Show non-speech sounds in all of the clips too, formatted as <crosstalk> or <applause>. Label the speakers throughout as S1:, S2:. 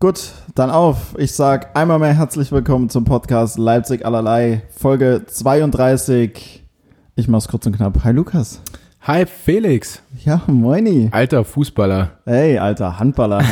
S1: Gut, dann auf. Ich sag einmal mehr herzlich willkommen zum Podcast Leipzig allerlei, Folge 32. Ich mach's kurz und knapp. Hi Lukas.
S2: Hi Felix,
S1: Ja, moini.
S2: alter Fußballer.
S1: Ey, alter
S2: <laughs>
S1: Handballer.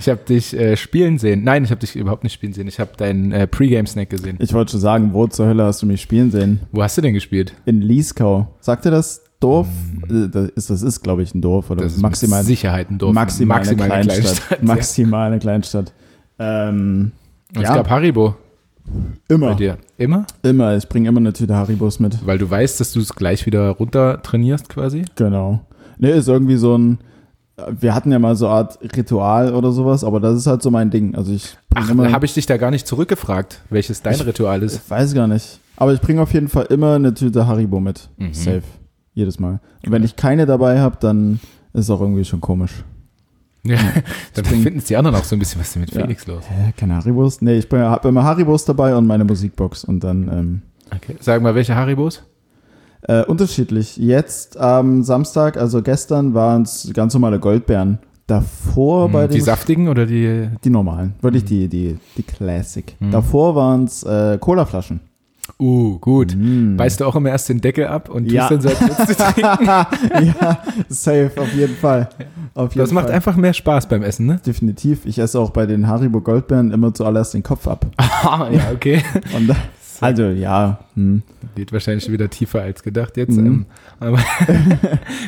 S2: Ich habe dich äh, spielen sehen. Nein, ich habe dich überhaupt nicht spielen sehen. Ich habe deinen äh, Pre-Game-Snack gesehen.
S1: Ich wollte schon sagen, wo zur Hölle hast du mich spielen sehen?
S2: Wo hast du denn gespielt?
S1: In Lieskau. Sagt dir das Dorf? Äh, Das ist, das ist glaube ich, ein Dorf oder
S2: Mm. Das ist
S1: maximal,
S2: mit Sicherheit ein Dorf.
S1: maximal,
S2: Maximal
S1: eine
S2: eine
S1: Kleinstadt.
S2: Max
S1: Maximal eine Kleinstadt. Ähm,
S2: ja. Es
S1: ja.
S2: gab Haribo bei
S1: immer,
S2: dir. Immer?
S1: immer. Ich bringe immer eine Tüte Haribos mit.
S2: Weil du weißt, dass du es gleich wieder runter trainierst quasi.
S1: Genau. Ne, ist irgendwie so ein. Wir hatten ja mal so eine Art Ritual oder sowas, aber das ist halt so mein Ding. Also ich bring
S2: Ach,
S1: immer,
S2: habe ich dich da gar nicht zurückgefragt, welches dein
S1: <laughs>
S2: Ritual ist.
S1: ich weiß gar nicht. Aber ich bringe auf jeden Fall immer eine Tüte Haribo mit.
S2: Mhm.
S1: Safe. Jedes Mal. Und wenn ich keine dabei habe, dann ist auch irgendwie schon komisch.
S2: Ja, <laughs> dann finden es die anderen auch so ein bisschen, was ist denn mit
S1: Ja.
S2: Felix los?
S1: Hä, keine Haribos? Nee, ich habe immer Haribos dabei und meine Musikbox und dann ähm,
S2: Okay. Sag mal, welche Haribos?
S1: äh, unterschiedlich. Jetzt am Samstag, also gestern, waren es ganz normale Goldbeeren. Davor bei
S2: Mhm. Hm, die
S1: dem
S2: saftigen oder die?
S1: Die normalen, wirklich
S2: Mhm.
S1: die, die, die Classic. Davor waren es äh, Colaflaschen. Mhm.
S2: Uh, gut. Beißt du auch immer erst den Deckel ab und
S1: Hm.
S2: tust
S1: Ja.
S2: dann so als würdest du
S1: <laughs>
S2: trinken?
S1: ja, <laughs> safe, auf jeden
S2: <laughs>
S1: Fall. Auf jeden
S2: Das macht
S1: Fall.
S2: einfach mehr Spaß beim
S1: <laughs>
S2: Essen, ne?
S1: Definitiv. Ich esse auch bei den Haribo Goldbeeren immer zuallererst den Kopf ab.
S2: Ah, ja, okay.
S1: Und,
S2: <laughs>
S1: da- also, ja. Hm.
S2: Geht wahrscheinlich wieder tiefer als gedacht jetzt.
S1: Mhm.
S2: Ähm, aber <laughs>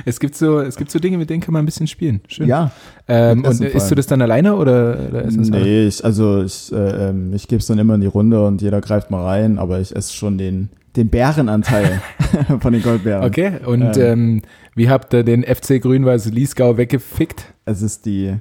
S2: es, gibt so, es gibt so Dinge, mit denen kann man ein bisschen spielen. Schön.
S1: Ja.
S2: ähm,
S1: mit
S2: und
S1: Essen vor
S2: isst du
S1: allem.
S2: das dann alleine oder, oder essen es halt. alle?
S1: Nee, ich, also ich, äh, ähm, ich gebe es dann immer in die Runde und jeder greift mal rein, aber ich esse schon den, den
S2: <laughs>
S1: Bärenanteil von den Goldbeeren.
S2: Okay, und ähm, wie habt ihr den FC Grün-Weiß Liesgau weggefickt?
S1: Es ist die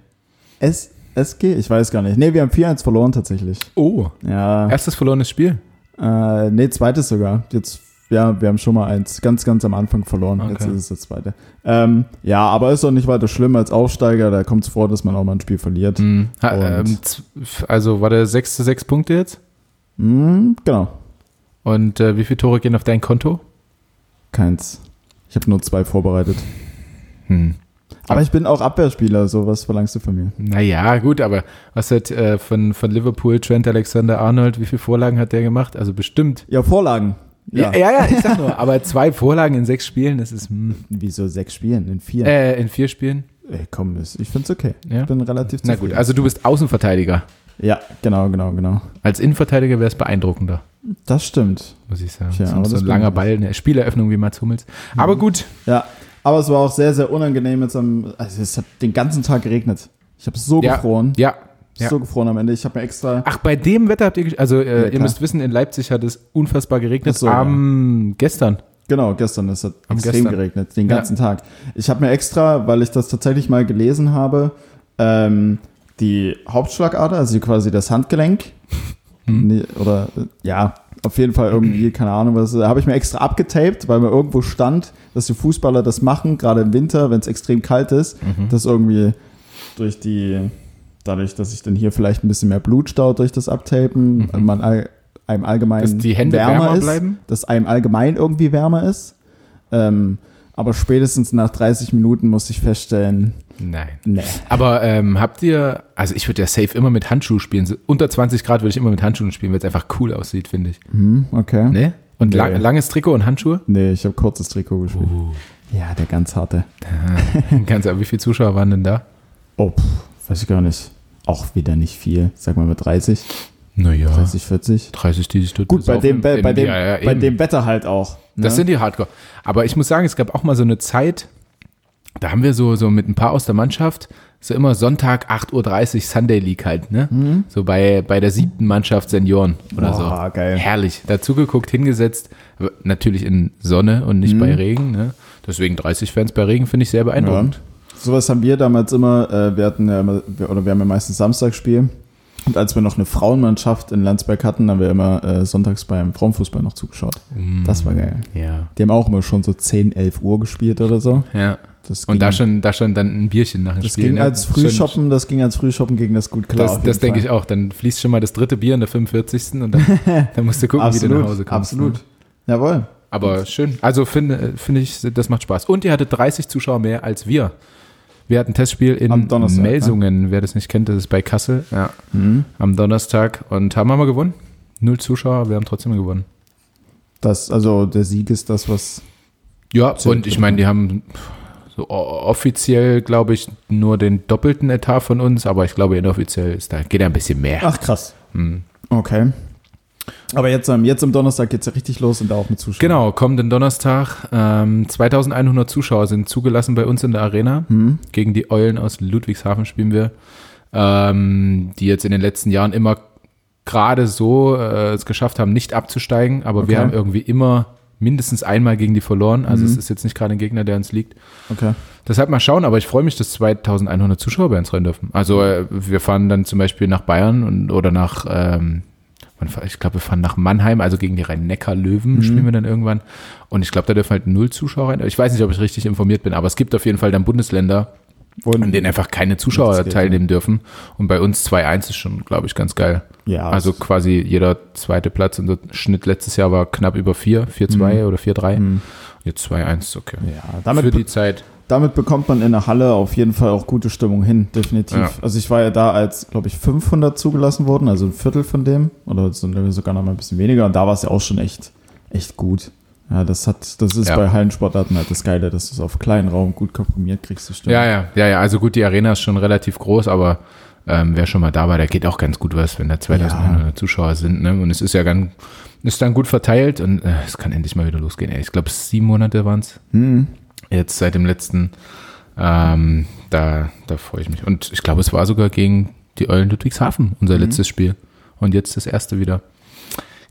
S1: S SG? Ich weiß gar nicht. Nee, wir haben 4-1 verloren tatsächlich.
S2: Oh,
S1: Ja.
S2: erstes verlorenes Spiel.
S1: Äh, nee, zweites sogar. Jetzt, ja, wir haben schon mal eins ganz, ganz am Anfang verloren.
S2: Okay.
S1: Jetzt ist es das zweite. Ähm, ja, aber ist doch nicht weiter schlimm als Aufsteiger. Da kommt es vor, dass man auch mal ein Spiel verliert.
S2: Mhm. Ha,
S1: Und?
S2: ähm, z- also war der sechste sechs Punkte jetzt?
S1: Hm, genau,
S2: Und äh, wie viele Tore gehen auf dein Konto?
S1: keins. Ich habe nur zwei vorbereitet.
S2: Hm.
S1: Aber ich bin auch Abwehrspieler. So, was verlangst du von mir?
S2: Naja, gut, aber was hat äh, von, von Liverpool Trent Alexander Arnold, wie viele Vorlagen hat der gemacht? Also bestimmt.
S1: Ja, Vorlagen. Ja.
S2: Ja, ja, ja, ich sag nur, aber zwei Vorlagen in sechs Spielen, das ist hm,
S1: Wieso sechs Spielen? In vier?
S2: äh, in vier Spielen.
S1: Ey, komm, das- ich find's okay.
S2: Ja.
S1: Ich bin relativ
S2: Na
S1: zufrieden.
S2: gut, also du bist Außenverteidiger.
S1: Ja, genau, genau, genau.
S2: Als Innenverteidiger wäre es beeindruckender,
S1: Das stimmt.
S2: muss ich sagen.
S1: Tja,
S2: so,
S1: aber
S2: so
S1: das
S2: ein
S1: bin
S2: langer
S1: ich. Mhm.
S2: Ball, eine Spieleröffnung wie Mats Hummels. Aber gut,
S1: Ja, aber es war auch sehr, sehr unangenehm jetzt am. Also es hat den ganzen Tag geregnet. Ich habe so
S2: ja,
S1: gefroren.
S2: ja. ja.
S1: So gefroren am Ende. Ich habe mir extra.
S2: Ach, bei dem Wetter habt ihr, gesch- also äh, ihr
S1: klar.
S2: müsst wissen, in Leipzig hat es unfassbar geregnet
S1: Ach so,
S2: am gestern.
S1: Genau, gestern. Es hat
S2: Am
S1: extrem
S2: gestern.
S1: geregnet, den
S2: Ja.
S1: ganzen Tag. Ich habe mir extra, weil ich das tatsächlich mal gelesen habe, ähm, die Hauptschlagader, also quasi das Handgelenk.
S2: Mhm.
S1: Nee, oder äh, ja, auf jeden Fall
S2: <clears throat>
S1: irgendwie, keine Ahnung was. äh, Habe ich mir extra abgetaped, weil mir irgendwo stand, dass die Fußballer das machen, gerade im Winter, wenn es extrem kalt ist,
S2: Mhm.
S1: dass irgendwie durch die, dadurch, dass sich dann hier vielleicht ein bisschen mehr Blut staut durch das Abtapen, man all, einem allgemein
S2: Mhm. Dass die Hände wärmer
S1: ist,
S2: bleiben?
S1: dass einem allgemein irgendwie wärmer ist. Ähm, aber spätestens nach 30 Minuten muss ich feststellen,
S2: Nein.
S1: nee.
S2: Aber ähm, habt ihr, also ich würde ja safe immer mit Handschuhen spielen. So Unter 20 Grad würde ich immer mit Handschuhen spielen, weil es einfach cool aussieht, finde ich.
S1: Hm, okay.
S2: Ne? Und lang,
S1: Nee.
S2: langes Trikot
S1: <laughs>
S2: und Handschuhe?
S1: Nee, ich habe kurzes Trikot gespielt.
S2: Uh.
S1: Ja, der ganz harte.
S2: Ganz, aber wie viele Zuschauer waren denn da?
S1: Oh, pff, weiß ich gar nicht. Auch wieder nicht viel. Sag mal mit 30,
S2: Naja,
S1: 30, 40.
S2: 30, die sich dort
S1: Gut, bei dem,
S2: besaufen
S1: bei,
S2: in-
S1: bei, dem,
S2: ja, ja,
S1: bei
S2: eben.
S1: dem Wetter halt auch. Ne?
S2: Das sind die Hardcore. Aber ich muss sagen, es gab auch mal so eine Zeit, da haben wir so, so mit ein paar aus der Mannschaft, so immer Sonntag 8.30 Uhr Sunday League halt, ne? So bei, bei der siebten Mannschaft Senioren oder
S1: Mhm. Boah,
S2: so.
S1: geil.
S2: Herrlich. Dazu geguckt, hingesetzt, w- natürlich in Sonne und nicht
S1: Mhm.
S2: bei Regen, ne? Deswegen 30 Fans bei Regen finde ich sehr
S1: ja.
S2: beeindruckend.
S1: Sowas haben wir damals immer, äh, wir hatten ja immer, wir, oder wir haben ja meistens Samstagsspiel. Und als wir noch eine Frauenmannschaft in Landsberg hatten, haben wir immer äh, sonntags beim Frauenfußball noch zugeschaut.
S2: Mm.
S1: Das war geil.
S2: Ja.
S1: Die haben auch immer schon so 10, 11 Uhr gespielt oder so.
S2: Ja.
S1: Das ging,
S2: Und da schon, da schon dann ein Bierchen nach dem
S1: das
S2: Spiel.
S1: ging
S2: ne?
S1: als
S2: Schon-
S1: Frühshoppen, das ging als Frühshoppen gegen das gut klar.
S2: Das,
S1: auf
S2: das
S1: jeden
S2: denke
S1: Fall.
S2: ich auch. Dann fließt schon mal das dritte Bier in der 45.
S1: <laughs>
S2: und dann, dann musst du gucken, wie du nach Hause
S1: Absolut,
S2: kommst.
S1: absolut.
S2: Ne?
S1: Jawohl.
S2: Aber schön. Also finde finde ich, das macht Spaß. Und ihr hattet 30 Zuschauer mehr als wir. Wir hatten ein Testspiel in
S1: Am Donnerstag,
S2: Melsungen. Wer das nicht kennt, das ist bei Kassel. ne? Ja. Mhm. Am Donnerstag. Und haben wir mal gewonnen. Null Zuschauer, wir haben trotzdem gewonnen.
S1: Das, also der Sieg ist das, was.
S2: Ja,
S1: Sehr
S2: und ich meine, die haben so o- offiziell, glaube ich, nur den doppelten Etat von uns, aber ich glaube, inoffiziell ist da, geht da ein bisschen mehr.
S1: Ach krass.
S2: Mm.
S1: Okay. Aber jetzt, am- jetzt am Donnerstag geht es ja richtig los und da auch mit Zuschauern.
S2: Genau, kommenden Donnerstag. Ähm, 2100 Zuschauer sind zugelassen bei uns in der Arena. Gegen die Eulen aus Ludwigshafen spielen wir, ähm, die jetzt in den letzten Jahren immer gerade so äh, es geschafft haben, nicht abzusteigen. Aber wir
S1: Okay.
S2: haben irgendwie immer mindestens einmal gegen die verloren. Also es ist jetzt nicht gerade ein Gegner, der uns liegt.
S1: Okay.
S2: Deshalb mal schauen, aber ich freue mich, dass 2100 Zuschauer bei uns rein dürfen. Also äh, wir fahren dann zum Beispiel nach Bayern und, oder nach, ähm, wann fahr- ich glaube, wir fahren nach Mannheim, also gegen die Rhein-Neckar-Löwen
S1: Mhm.
S2: spielen wir dann irgendwann. Und ich glaube, da dürfen halt null Zuschauer rein. Ich weiß nicht, ob ich richtig informiert bin, aber es gibt auf jeden Fall dann Bundesländer, in
S1: Und, ne?
S2: denen einfach keine Zuschauer
S1: Nichts geht,
S2: teilnehmen dürfen. Und bei uns 2-1 ist schon, glaube ich, ganz geil.
S1: ja,
S2: Also
S1: das-
S2: quasi jeder zweite Platz. Unser Schnitt letztes Jahr war knapp über 4, 4-2 oder 4-3. Jetzt 2-1 ist okay.
S1: Mhm. ja,
S2: Für
S1: damit,
S2: die Zeit.
S1: damit bekommt man in der Halle auf jeden Fall auch gute Stimmung hin, definitiv.
S2: Ja.
S1: Also ich war ja da, als, glaube ich, 500 zugelassen wurden, also ein Viertel von dem oder so- sogar noch mal ein bisschen weniger und da war es ja auch schon echt, echt gut. Ja, das hat, das ist
S2: Ja.
S1: bei Hallensportarten halt das Geile, dass du es auf kleinen Raum gut komprimiert kriegst, die Stimmung.
S2: Ja, ja, ja, ja. Also gut, die Arena ist schon relativ groß, aber ähm, wer schon mal da war, der geht auch ganz gut was, wenn da 2100 Zuschauer sind. Ne? Und es ist ja ganz, ist dann gut verteilt und äh, es kann endlich mal wieder losgehen. Ey. Ich glaube, sieben Monate waren's
S1: Hm.
S2: Jetzt seit dem letzten, ähm, da, da freue ich mich. Und ich glaube, es war sogar gegen die Eulen Ludwigshafen, unser letztes Spiel. Und jetzt das erste wieder.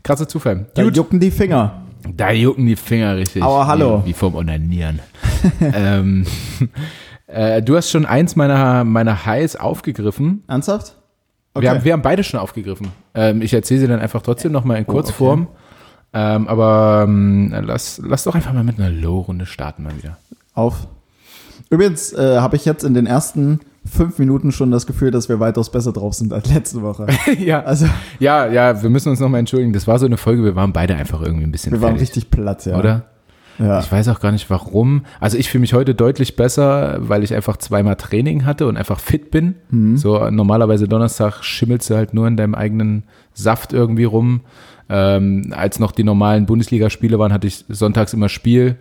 S2: Krasser Zufall.
S1: Da jucken die Finger.
S2: Da jucken die Finger richtig.
S1: Aua, hallo.
S2: Wie, wie vom Onanieren. <laughs> ähm, äh, du hast schon eins meiner, meiner Highs aufgegriffen.
S1: Ernsthaft?
S2: Wir, haben, wir haben beide schon aufgegriffen. Ähm, ich erzähle sie dann einfach trotzdem nochmal in
S1: Oh,
S2: Kurzform. Ähm, aber ähm, lass, lass doch einfach mal mit einer Low-Runde starten
S1: <laughs>
S2: mal wieder.
S1: auf. Übrigens äh, habe ich jetzt in den ersten fünf Minuten schon das Gefühl, dass wir weitaus besser drauf sind als letzte
S2: <laughs>
S1: Woche.
S2: ja.
S1: Also
S2: ja, ja, wir müssen uns nochmal entschuldigen. Das war so eine Folge, wir waren beide einfach irgendwie ein bisschen
S1: wir waren
S2: fertig,
S1: richtig platt, ja.
S2: oder?
S1: Ja.
S2: Ich weiß auch gar nicht warum. Also ich fühle mich heute deutlich besser, weil ich einfach zweimal Training hatte und einfach fit bin.
S1: Mhm.
S2: So normalerweise Donnerstag schimmelst du halt nur in deinem eigenen Saft irgendwie rum. Ähm, als noch die normalen Bundesligaspiele waren, hatte ich sonntags immer Spiel.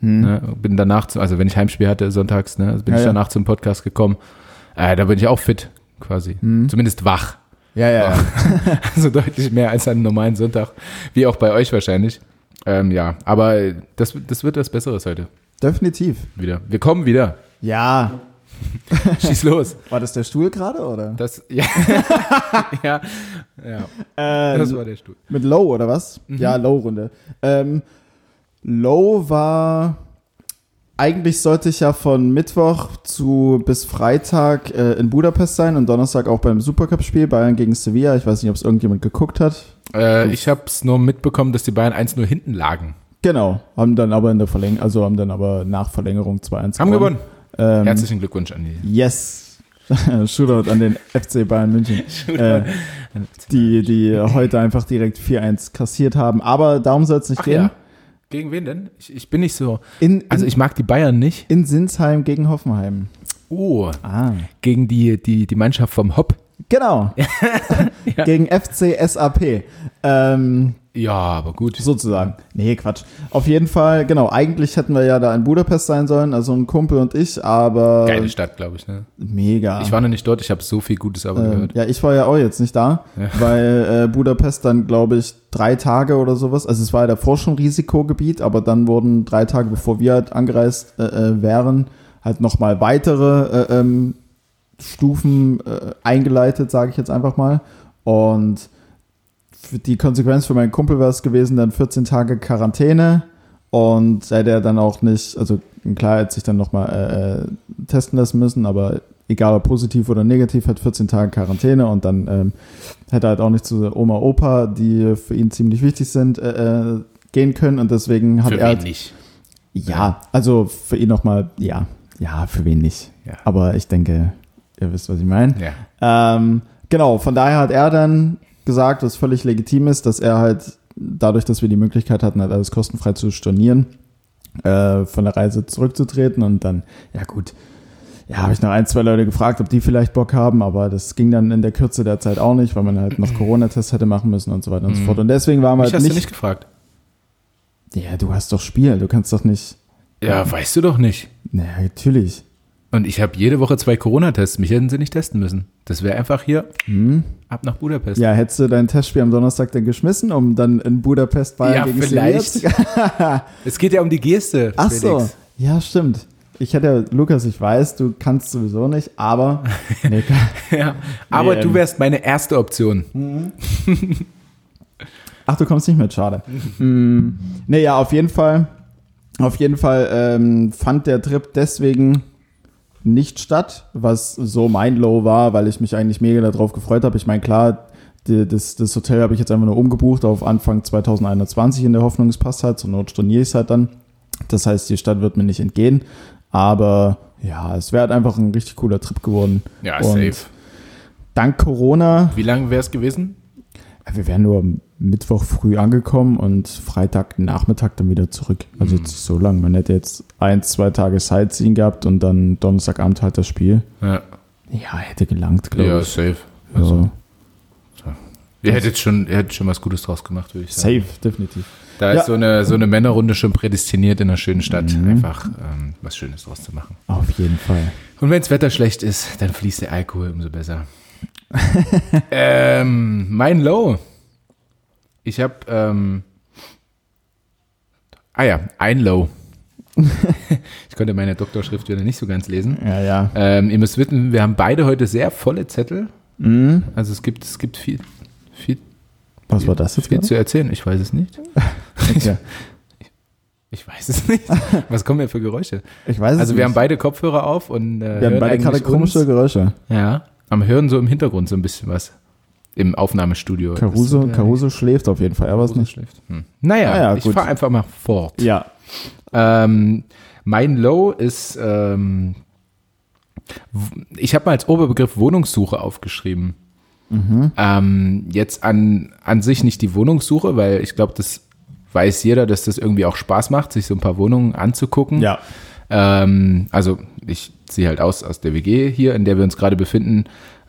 S2: Ne, bin danach, zu, also wenn ich Heimspiel hatte sonntags, ne,
S1: Mhm.
S2: bin
S1: Ja,
S2: ich
S1: ja.
S2: danach zum Podcast gekommen. Äh, da bin ich auch fit quasi.
S1: Mhm.
S2: Zumindest wach. <laughs>
S1: ja, ja, ja.
S2: Also deutlich mehr als an einem normalen Sonntag. Wie auch bei euch wahrscheinlich. Ähm, ja, aber das, das wird was Besseres heute
S1: Definitiv.
S2: wieder. Wir kommen wieder. <laughs>
S1: Ja.
S2: Schieß los.
S1: War das der Stuhl gerade oder?
S2: Das, ja. ja. ja.
S1: Ähm,
S2: Das war der Stuhl.
S1: Also Mit Low oder was? Ja, Low-Runde. Ähm, Low war. Eigentlich sollte ich ja von Mittwoch zu bis Freitag äh, in Budapest sein und Donnerstag auch beim Supercup-Spiel Bayern gegen Sevilla. Ich weiß nicht, ob es irgendjemand geguckt hat.
S2: Äh, ich habe es nur mitbekommen, dass die Bayern 1-0 hinten lagen.
S1: Genau, haben dann aber in der Verlängerung, also haben dann aber nach Verlängerung 2-1
S2: Haben gewonnen.
S1: Ähm,
S2: Herzlichen Glückwunsch an die.
S1: Yes. <laughs> Shootout an den FC Bayern
S2: <laughs>
S1: München. äh, die, die heute einfach direkt 4-1 kassiert haben. Aber darum soll es nicht gehen.
S2: Gegen wen denn? Ich, ich bin nicht so.
S1: In, in,
S2: Also ich mag die Bayern nicht.
S1: in Sinsheim gegen Hoffenheim.
S2: Oh,
S1: Ah.
S2: gegen die, die, die Mannschaft vom Hopp. <laughs>
S1: Genau. <laughs> Gegen FC SAP. Ähm,
S2: Ja, aber gut.
S1: Sozusagen. Nee, Quatsch. Auf jeden Fall, genau, eigentlich hätten wir ja da in Budapest sein sollen, also ein Kumpel und ich, aber
S2: Geile Stadt, glaube ich. Ne?
S1: mega.
S2: äh, Ich war noch nicht dort, ich habe so viel Gutes aber
S1: Ähm,
S2: gehört.
S1: ja, ich war ja auch jetzt nicht da,
S2: Ja.
S1: weil äh, Budapest dann, glaube ich, drei Tage oder sowas, also es war ja davor schon Risikogebiet, aber dann wurden drei Tage, bevor wir halt angereist äh, äh, wären, halt nochmal weitere äh, ähm, Stufen äh, eingeleitet, sage ich jetzt einfach mal. Und für die Konsequenz für meinen Kumpel wäre es gewesen, dann 14 Tage Quarantäne und sei der dann auch nicht, also klar, er hat sich dann nochmal äh, testen lassen müssen, aber egal ob positiv oder negativ, hat 14 Tage Quarantäne und dann ähm, hätte er halt auch nicht zu Oma, Opa, die für ihn ziemlich wichtig sind, äh, äh, gehen können und deswegen hat er
S2: Für wen
S1: halt,
S2: <laughs> nicht?
S1: ja, also für ihn nochmal, ja, ja, für wen nicht.
S2: Ja.
S1: Aber ich denke, ihr wisst, was ich meine.
S2: Ja.
S1: Ähm, genau, von daher hat er dann gesagt, was völlig legitim ist, dass er halt dadurch, dass wir die Möglichkeit hatten, halt alles kostenfrei zu stornieren, äh, von der Reise zurückzutreten und dann, ja gut, Ja, habe ich noch ein, zwei Leute gefragt, ob die vielleicht Bock haben, aber das ging dann in der Kürze der Zeit auch nicht, weil man halt
S2: <clears throat>
S1: noch Corona-Tests hätte machen müssen und so weiter und
S2: Mhm.
S1: so fort. Und deswegen waren wir
S2: Mich
S1: halt
S2: hast
S1: nicht,
S2: du nicht gefragt.
S1: Ja, du hast doch Spiel, du kannst doch nicht.
S2: Ja, weißt du doch nicht.
S1: Naja, natürlich.
S2: Und ich habe jede Woche zwei Corona-Tests. Mich hätten sie nicht testen müssen. Das wäre einfach hier ab nach Budapest.
S1: Ja, hättest du dein Testspiel am Donnerstag dann geschmissen, um dann in Budapest Bayern
S2: Ja,
S1: gegen
S2: vielleicht.
S1: Slowenien zu-
S2: Es geht ja um die Geste.
S1: Ach
S2: Felix.
S1: so. Ja, stimmt. Ich hätte ja, Lukas, ich weiß, du kannst sowieso nicht, aber. Nee,
S2: Ja. Aber
S1: Nee,
S2: du
S1: ähm.
S2: wärst meine erste Option.
S1: Ach, du kommst nicht mit, schade. mm, nee, ja, auf jeden Fall. Auf jeden Fall ähm, fand der Trip deswegen nicht statt, was so mein Low war, weil ich mich eigentlich mega darauf gefreut habe. Ich meine, klar, die, das, das Hotel habe ich jetzt einfach nur umgebucht auf Anfang 2021 in der Hoffnung, es passt halt. Zur Not storniere ich es halt dann. Das heißt, die Stadt wird mir nicht entgehen. Aber ja, es wäre halt einfach ein richtig cooler Trip geworden.
S2: Ja,
S1: Und
S2: safe.
S1: Dank Corona
S2: Wie lange wäre es gewesen?
S1: ja, Wir wären nur am Mittwoch früh angekommen und Freitag Nachmittag dann wieder zurück. Also
S2: Mhm.
S1: jetzt nicht so lang. Man hätte jetzt ein, zwei Tage Sightseeing gehabt und dann Donnerstagabend halt das Spiel.
S2: Ja,
S1: Ja, hätte gelangt, glaube ich.
S2: safe.
S1: Also,
S2: Ihr hättet schon, ihr hättet schon was Gutes draus gemacht, würde ich sagen.
S1: safe, definitiv.
S2: Da
S1: Ja. Mhm.
S2: ist so eine, so eine Männerrunde schon prädestiniert in einer schönen Stadt, einfach ähm, was Schönes draus zu machen.
S1: Auf jeden Fall.
S2: Und wenns Wetter schlecht ist, dann fließt der Alkohol
S1: <laughs>
S2: umso besser. ähm, mein Low. Ich habe, ähm, ah ja,
S1: <laughs>
S2: ein Low. ich konnte meine Doktorschrift wieder nicht so ganz lesen.
S1: Ja, ja.
S2: Ähm, ihr müsst wissen, wir haben beide heute sehr volle Zettel.
S1: Mhm.
S2: Also es gibt, es gibt viel, viel,
S1: Was war das jetzt
S2: viel
S1: gerade?
S2: zu erzählen. Ich weiß
S1: <laughs>
S2: es nicht.
S1: Okay.
S2: Ich weiß
S1: <laughs>
S2: es nicht. Was kommen hier für Geräusche?
S1: Ich weiß es
S2: Also
S1: nicht.
S2: wir haben beide Kopfhörer auf und äh,
S1: wir haben
S2: hören
S1: beide gerade
S2: eigentlich uns.
S1: komische Geräusche.
S2: Ja, am Hören so im Hintergrund so ein bisschen was. Im Aufnahmestudio.
S1: Caruso,
S2: Das-
S1: Caruso schläft auf jeden Fall. Er war es nicht.
S2: schläft. Hm. Naja,
S1: Ah ja,
S2: ich
S1: gut.
S2: fahre einfach mal fort.
S1: Ja.
S2: Ähm, mein Low ist, ähm, w- ich habe mal als Oberbegriff Wohnungssuche aufgeschrieben.
S1: Mhm.
S2: Ähm, jetzt an, an sich nicht die Wohnungssuche, weil ich glaube, das weiß jeder, dass das irgendwie auch Spaß macht, sich so ein paar Wohnungen anzugucken.
S1: Ja.
S2: Ähm, also ich ziehe halt aus aus der WG hier, in der wir uns gerade befinden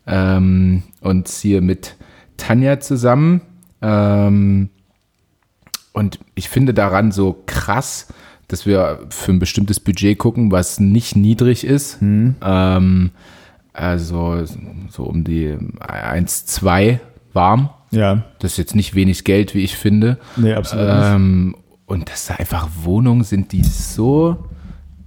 S2: ähm, und ziehe mit Tanja zusammen. Ähm, und ich finde daran so krass, dass wir für ein bestimmtes Budget gucken, was nicht niedrig ist. Ähm, also so um die 1,2 warm.
S1: Ja.
S2: Das ist jetzt nicht wenig Geld, wie ich finde.
S1: Nee, absolut nicht.
S2: Ähm, und dass da einfach Wohnungen sind, die so,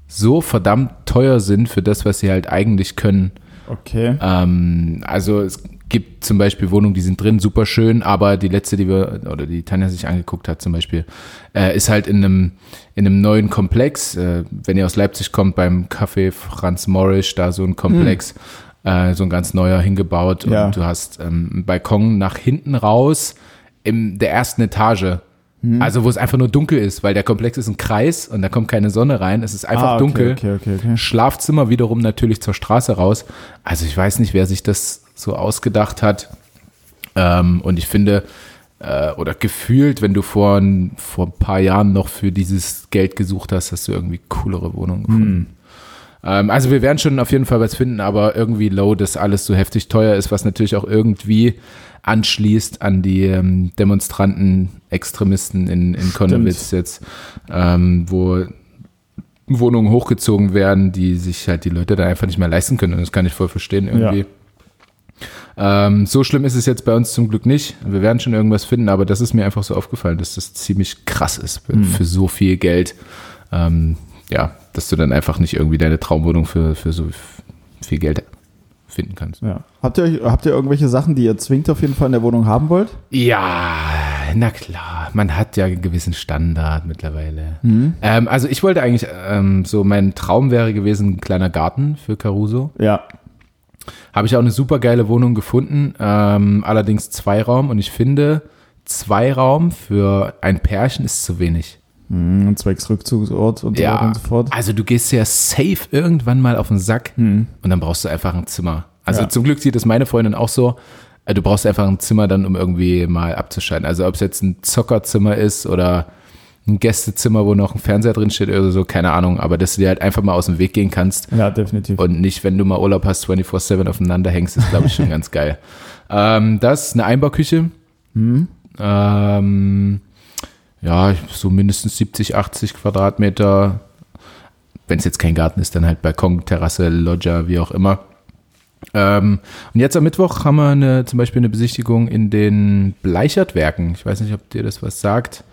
S2: so verdammt teuer sind für das, was sie halt eigentlich können.
S1: Okay.
S2: Ähm, also es gibt zum Beispiel Wohnungen, die sind drin, super schön, aber die letzte, die wir oder die Tanja sich angeguckt hat zum Beispiel, äh, ist halt in einem, in einem neuen Komplex. Äh, wenn ihr aus Leipzig kommt, beim Café Franz Morris, da so ein Komplex, äh, so ein ganz neuer hingebaut
S1: Ja.
S2: und du hast ähm, einen Balkon nach hinten raus in der ersten Etage. Also wo es einfach nur dunkel ist, weil der Komplex ist ein Kreis und da kommt keine Sonne rein. Es ist einfach
S1: Ah, okay,
S2: dunkel.
S1: okay, okay, okay.
S2: Schlafzimmer wiederum natürlich zur Straße raus. Also ich weiß nicht, wer sich das so ausgedacht hat. Ähm, und ich finde, äh, oder gefühlt, wenn du vor, ein- vor ein paar Jahren noch für dieses Geld gesucht hast, hast du irgendwie coolere Wohnungen
S1: Hm.
S2: gefunden. Ähm, also wir werden schon auf jeden Fall was finden, aber irgendwie low, dass alles so heftig teuer ist, was natürlich auch irgendwie anschließt an die ähm, Demonstranten, Extremisten in, in Konnewitz jetzt, ähm, wo Wohnungen hochgezogen werden, die sich halt die Leute da einfach nicht mehr leisten können. Und das kann ich voll verstehen irgendwie. Ähm, so schlimm ist es jetzt bei uns zum Glück nicht. Wir werden schon irgendwas finden, aber das ist mir einfach so aufgefallen, dass das ziemlich krass ist für, für so viel Geld. Ähm, ja, dass du dann einfach nicht irgendwie deine Traumwohnung für, für so f- viel Geld finden kannst.
S1: Ja. Habt ihr, euch- habt ihr irgendwelche Sachen, die ihr zwingend auf jeden Fall in der Wohnung haben wollt?
S2: Ja, na klar. Man hat ja einen gewissen Standard mittlerweile. Ähm, also ich wollte eigentlich, ähm, so mein Traum wäre gewesen, ein kleiner Garten für Caruso.
S1: Ja.
S2: Habe ich auch eine super geile Wohnung gefunden, ähm, allerdings Zweiraum und ich finde, Zweiraum für ein Pärchen ist zu wenig.
S1: Und zwecks Rückzugsort und so weiter und so fort. Hm.
S2: also du gehst ja safe irgendwann mal auf den Sack und dann brauchst du einfach ein Zimmer. Also
S1: Ja.
S2: zum Glück sieht es meine Freundin auch so. äh, Also Du brauchst einfach ein Zimmer dann, um irgendwie mal abzuschalten. Also ob es jetzt ein Zockerzimmer ist oder ein Gästezimmer, wo noch ein Fernseher drin steht oder so, keine Ahnung, aber dass du dir halt einfach mal aus dem Weg gehen kannst
S1: Ja, definitiv.
S2: und nicht, wenn du mal Urlaub hast, 24-7 aufeinander hängst, ist, glaube ich, schon <laughs> ganz geil. Ähm, das, eine Einbauküche. Ähm, ja, so mindestens 70, 80 Quadratmeter. Wenn es jetzt kein Garten ist, dann halt Balkon, Terrasse, Loggia, wie auch immer. Ähm, und jetzt am Mittwoch haben wir eine, zum Beispiel eine Besichtigung in den Bleichertwerken. Ich weiß nicht, ob dir das was sagt.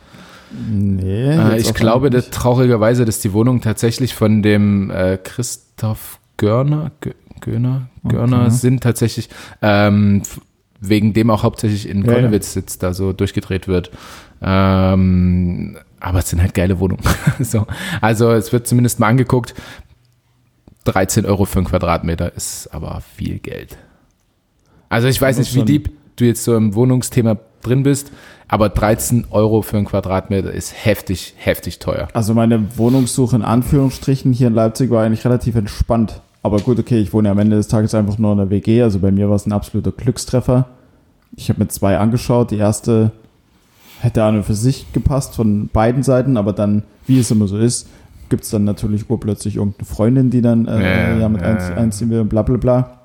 S1: nee,
S2: Äh,
S1: jetzt
S2: ich
S1: auf
S2: glaube
S1: einmal
S2: dass, traurigerweise, dass die Wohnung tatsächlich von dem äh, Christoph Görner, Gö- Görner,
S1: Oh,
S2: Görner
S1: Okay.
S2: sind tatsächlich, ähm, f- wegen dem auch hauptsächlich in
S1: Ja, ja.
S2: Konnewitz sitzt, da so durchgedreht wird. Ähm, aber es sind halt geile Wohnungen. <laughs> so. Also es wird zumindest mal angeguckt. 13 Euro für einen Quadratmeter ist aber viel Geld. Also ich weiß
S1: Das
S2: nicht, wie
S1: schon-
S2: deep du jetzt so im Wohnungsthema drin bist, aber 13 Euro für einen Quadratmeter ist heftig, heftig teuer.
S1: Also meine Wohnungssuche in Anführungsstrichen hier in Leipzig war eigentlich relativ entspannt. Aber gut, okay, ich wohne am Ende des Tages einfach nur in der WG. Also bei mir war es ein absoluter Glückstreffer. Ich habe mir zwei angeschaut. Die erste hätte an und für sich gepasst von beiden Seiten, aber dann, wie es immer so ist, gibt es dann natürlich urplötzlich irgendeine Freundin, die dann äh,
S2: Ja,
S1: ja, mit
S2: ja,
S1: einz-
S2: ja.
S1: einziehen will und bla bla bla.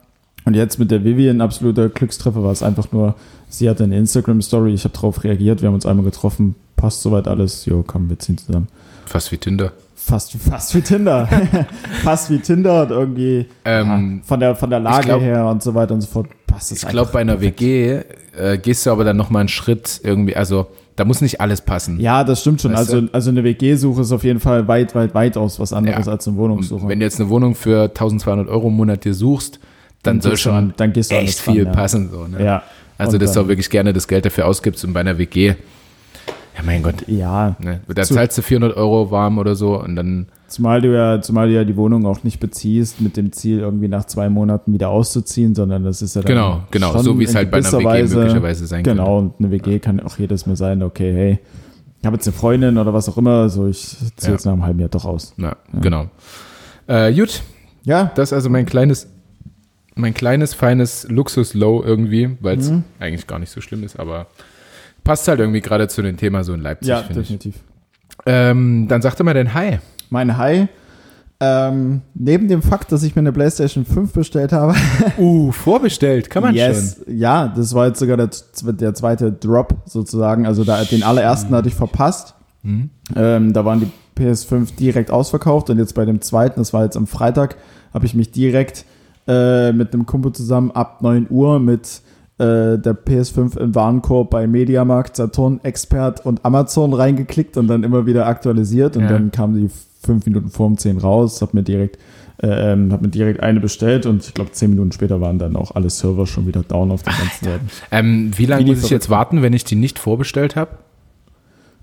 S1: Und jetzt mit der Vivian absoluter Glückstreffer war es einfach nur, sie hatte eine Instagram-Story, ich habe darauf reagiert, wir haben uns einmal getroffen, passt soweit alles, jo, komm, wir ziehen zusammen.
S2: Fast wie Tinder.
S1: Fast, fast wie Tinder. <laughs> fast wie Tinder und irgendwie
S2: Ähm,
S1: ja, von, der, von der Lage
S2: glaub-
S1: her und so weiter und so fort passt es
S2: Ich glaube, bei einer WG äh, gehst du aber dann nochmal einen Schritt irgendwie, also da muss nicht alles passen.
S1: Ja, das stimmt schon.
S2: Weißt
S1: Also, also eine WG-Suche ist auf jeden Fall weit, weit, weit aus was anderes
S2: Ja.
S1: als eine Wohnungssuche.
S2: Wenn du jetzt eine Wohnung für 1200 Euro im Monat dir suchst, dann, soll
S1: gehst du an-
S2: schon
S1: dann gehst du an
S2: echt
S1: das ran,
S2: viel
S1: ja.
S2: passen. So, ne?
S1: ja.
S2: Also,
S1: Und
S2: dass du
S1: dann-
S2: auch wirklich gerne das Geld dafür ausgibst und bei einer WG, ja mein Gott,
S1: Ja,
S2: ne? da
S1: Zu-
S2: zahlst du 400 Euro warm oder so und dann
S1: zumal du ja, zumal du ja die Wohnung auch nicht beziehst mit dem Ziel, irgendwie nach zwei Monaten wieder auszuziehen, sondern das ist ja dann
S2: Genau, genau,
S1: schon
S2: so wie es
S1: in
S2: halt bei einer
S1: gewisser
S2: WG möglicherweise sein
S1: genau, und eine WG kann auch jedes Mal sein, okay, hey, ich habe jetzt eine Freundin oder was auch immer, so ich ziehe
S2: Ja.
S1: jetzt nach einem halben Jahr doch aus.
S2: Na, genau. Äh, gut,
S1: Ja,
S2: das ist also mein kleines, mein kleines, feines Luxus-Low irgendwie, weil es
S1: Mhm.
S2: eigentlich gar nicht so schlimm ist, aber passt halt irgendwie gerade zu dem Thema so in Leipzig,
S1: ja,
S2: finde ich.
S1: definitiv.
S2: Ähm, dann sagte mal dein Hi.
S1: Mein High. Ähm, neben dem Fakt, dass ich mir eine PlayStation 5 bestellt habe.
S2: Uh, vorbestellt, kann man
S1: Ja, das war jetzt sogar der, z- der zweite Drop sozusagen. Also da, den allerersten hatte ich verpasst. Ähm, da waren die PS5 direkt ausverkauft und jetzt bei dem zweiten, das war jetzt am Freitag, habe ich mich direkt äh, mit einem Kumpel zusammen ab 9 Uhr mit äh, der PS5 im Warenkorb bei Mediamarkt, Saturn, Expert und Amazon reingeklickt und dann immer wieder aktualisiert und
S2: Ja.
S1: dann kam die fünf Minuten vor um 10 raus, habe mir direkt äh, ähm, hab mir direkt eine bestellt und ich glaube zehn Minuten später waren dann auch alle Server schon wieder down auf der ganzen Seite.
S2: schon. Ähm, wie lange
S1: Wie die
S2: muss ich jetzt warten, wenn ich die nicht vorbestellt habe?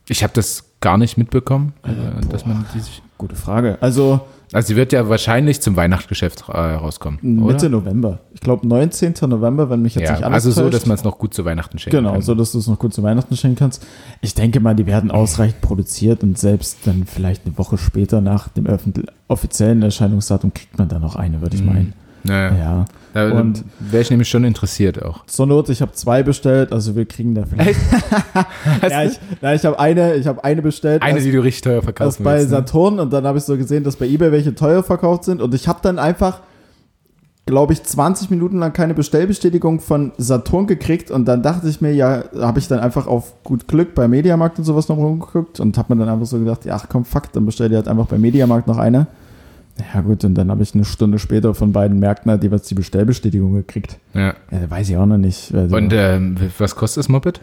S2: Ich habe das gar nicht mitbekommen, äh, dass man die sich.
S1: Gute Frage. Also
S2: Also sie wird ja wahrscheinlich zum Weihnachtsgeschäft äh, rauskommen. Oder?
S1: Mitte November. Ich glaube 19. November, wenn mich jetzt
S2: ja,
S1: nicht alles
S2: also so,
S1: täuscht.
S2: dass man es noch gut zu Weihnachten schenkt.
S1: Genau, so dass du es noch gut zu Weihnachten schenken kannst. Ich denke mal, die werden ausreichend produziert und selbst dann vielleicht eine Woche später nach dem öffentlich- offiziellen Erscheinungsdatum kriegt man dann noch eine, würde ich meinen.
S2: Naja.
S1: Mhm. Ja.
S2: Da
S1: Und-
S2: wäre ich nämlich schon interessiert auch.
S1: Zur Not, ich habe zwei bestellt, also wir kriegen da <laughs> vielleicht. ja, ich, ja, ich habe eine, ich habe eine bestellt. also
S2: Eine, die du richtig teuer
S1: das
S2: verkaufen
S1: bei
S2: willst, ne?
S1: Saturn und dann habe ich so gesehen, dass bei eBay welche teuer verkauft sind und ich habe dann einfach glaube ich 20 Minuten lang keine Bestellbestätigung von Saturn gekriegt und dann dachte ich mir, ja, habe ich dann einfach auf gut Glück bei Mediamarkt und sowas noch rumgeguckt und habe mir dann einfach so gedacht, ja, ach komm, fuck, dann bestell dir halt einfach bei Mediamarkt noch eine. Ja gut, und dann habe ich eine Stunde später von beiden Märkten halt jeweils die Bestellbestätigung gekriegt.
S2: Ja.
S1: Ja, weiß ich auch noch nicht. Also
S2: Und ähm, was kostet das Moped?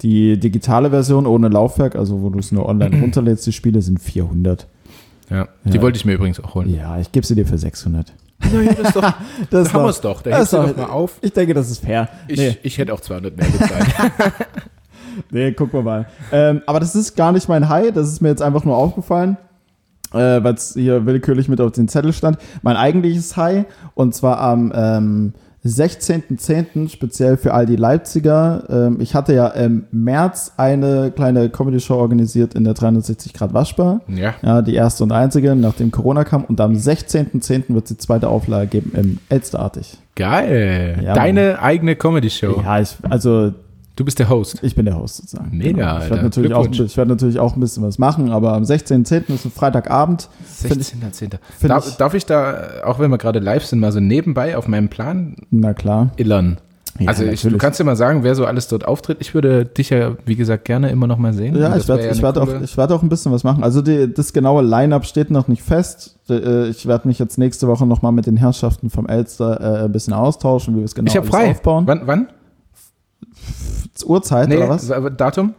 S1: die digitale Version ohne Laufwerk, also wo du es nur online runterlädst, die Spiele sind 400.
S2: Ja. Die
S1: Ja.
S2: wollte ich mir übrigens auch holen.
S1: Ja, ich gebe sie dir für 600.
S2: das ist doch,
S1: Das
S2: da haben wir es doch. Da
S1: das
S2: hebst du
S1: ist
S2: doch mal auf.
S1: Ich denke, das ist fair.
S2: <laughs> Ich,
S1: nee,
S2: ich hätte auch 200 mehr bezahlt.
S1: nee, gucken wir mal. Ähm, aber das ist gar nicht mein High, das ist mir jetzt einfach nur aufgefallen, äh, weil es hier willkürlich mit auf den Zettel stand. Mein eigentliches High, und zwar am ähm, 16.10., speziell für all die Leipziger. Ähm, ich hatte ja im März eine kleine Comedy-Show organisiert in der 360 Grad Waschbar.
S2: <laughs> ja.
S1: Ja, die erste und einzige, nachdem Corona kam. Und am 16.10. wird es die zweite Auflage geben im Elsterartig.
S2: Geil.
S1: Ja,
S2: Deine eigene Comedy-Show.
S1: Ja, ich, also
S2: Du bist der Host.
S1: Ich bin der Host sozusagen. Genau.
S2: Mega,
S1: Ich
S2: Alter.
S1: werde natürlich, auch-
S2: Glückwunsch.
S1: ich werd natürlich auch ein bisschen was machen, aber am 16.10. ist ein Freitagabend. Find ich,
S2: 16.10.
S1: find
S2: Darf,
S1: ich-
S2: darf ich da, auch wenn wir gerade live sind, mal so nebenbei auf meinem Plan
S1: na klar.
S2: illern?
S1: Ja,
S2: also ich, du
S1: natürlich.
S2: kannst dir mal sagen, wer so alles dort auftritt. Ich würde dich ja, wie gesagt, gerne immer noch mal sehen.
S1: Ja,
S2: Das
S1: ich werde
S2: wär
S1: ich
S2: eine
S1: werd auch,
S2: coole-
S1: ich werd auch ein bisschen was machen. Also die, das genaue Line-up steht noch nicht fest. D- äh, Ich werde mich jetzt nächste Woche nochmal mit den Herrschaften vom Elster äh, ein bisschen austauschen, wie wir es genau
S2: ich habe
S1: alles
S2: frei.
S1: aufbauen.
S2: Wann? wann?
S1: Uhrzeit
S2: Nee,
S1: oder was?
S2: wa- Datum?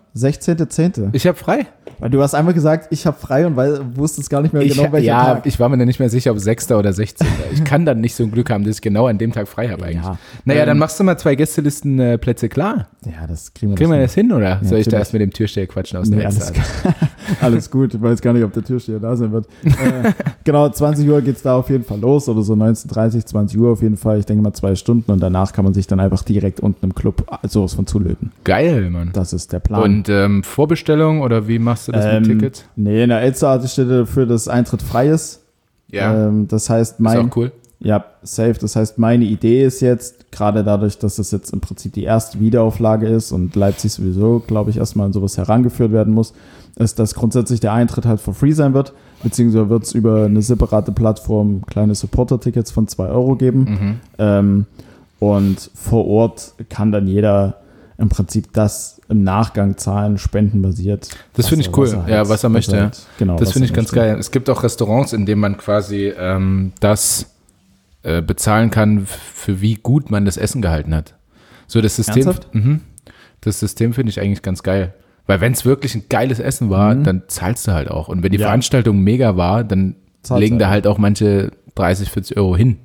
S1: 16.10.
S2: Ich habe frei.
S1: Weil du hast einmal gesagt, ich habe frei und weil, wusstest gar nicht mehr genau, welcher
S2: ja,
S1: Tag.
S2: ich war mir dann nicht mehr sicher, ob 6. oder 16. ich kann dann nicht so ein Glück haben, dass ich genau an dem Tag frei habe eigentlich.
S1: Ja. ähm,
S2: Naja, dann machst du mal zwei Gästelistenplätze äh, Plätze klar.
S1: ja, das kriegen wir,
S2: Kriegen wir
S1: hin.
S2: das hin oder soll ich
S1: natürlich.
S2: da erst mit dem Türsteher quatschen aus
S1: Nee,
S2: der
S1: alles,
S2: Extra?
S1: <laughs> alles gut. Ich weiß gar nicht, ob der Türsteher da sein wird. äh, genau, 20 Uhr geht's da auf jeden Fall los oder so 19.30, 20 Uhr auf jeden Fall. Ich denke mal zwei Stunden und danach kann man sich dann einfach direkt unten im Club äh, sowas von zulöten.
S2: Geil, Mann.
S1: Das ist der Plan.
S2: Und ähm, Vorbestellung oder wie machst du das mit
S1: Ähm,
S2: Ticket?
S1: Nee, in der Elster steht dafür, dass Eintritt frei ist.
S2: Ja,
S1: Ähm, das heißt,
S2: ist
S1: mein,
S2: auch cool.
S1: ja, safe. Das heißt, meine Idee ist jetzt, gerade dadurch, dass das jetzt im Prinzip die erste Wiederauflage ist und Leipzig sowieso, glaube ich, erstmal an sowas herangeführt werden muss, ist, dass grundsätzlich der Eintritt halt for free sein wird, beziehungsweise wird es über eine separate Plattform kleine Supporter-Tickets von 2 Euro geben.
S2: Mhm.
S1: Ähm, und vor Ort kann dann jeder im Prinzip das im Nachgang zahlen, spendenbasiert.
S2: Das finde
S1: Was
S2: ich
S1: er-
S2: cool.
S1: was er halt-
S2: ja, was er möchte. ja.
S1: halt- genau.
S2: Das
S1: was
S2: finde
S1: er
S2: ich ganz
S1: möchte.
S2: geil. Es gibt auch Restaurants, in denen man quasi ähm, das äh, bezahlen kann, f- für wie gut man das Essen gehalten hat. So das System.
S1: Ernsthaft?
S2: Mhm. das System finde ich eigentlich ganz geil. Weil wenn es wirklich ein geiles Essen war, dann zahlst du halt auch. Und wenn die
S1: Mhm. Ja.
S2: Veranstaltung mega war, dann
S1: Zahlst
S2: legen da
S1: halt.
S2: halt auch manche 30, 40 Euro hin.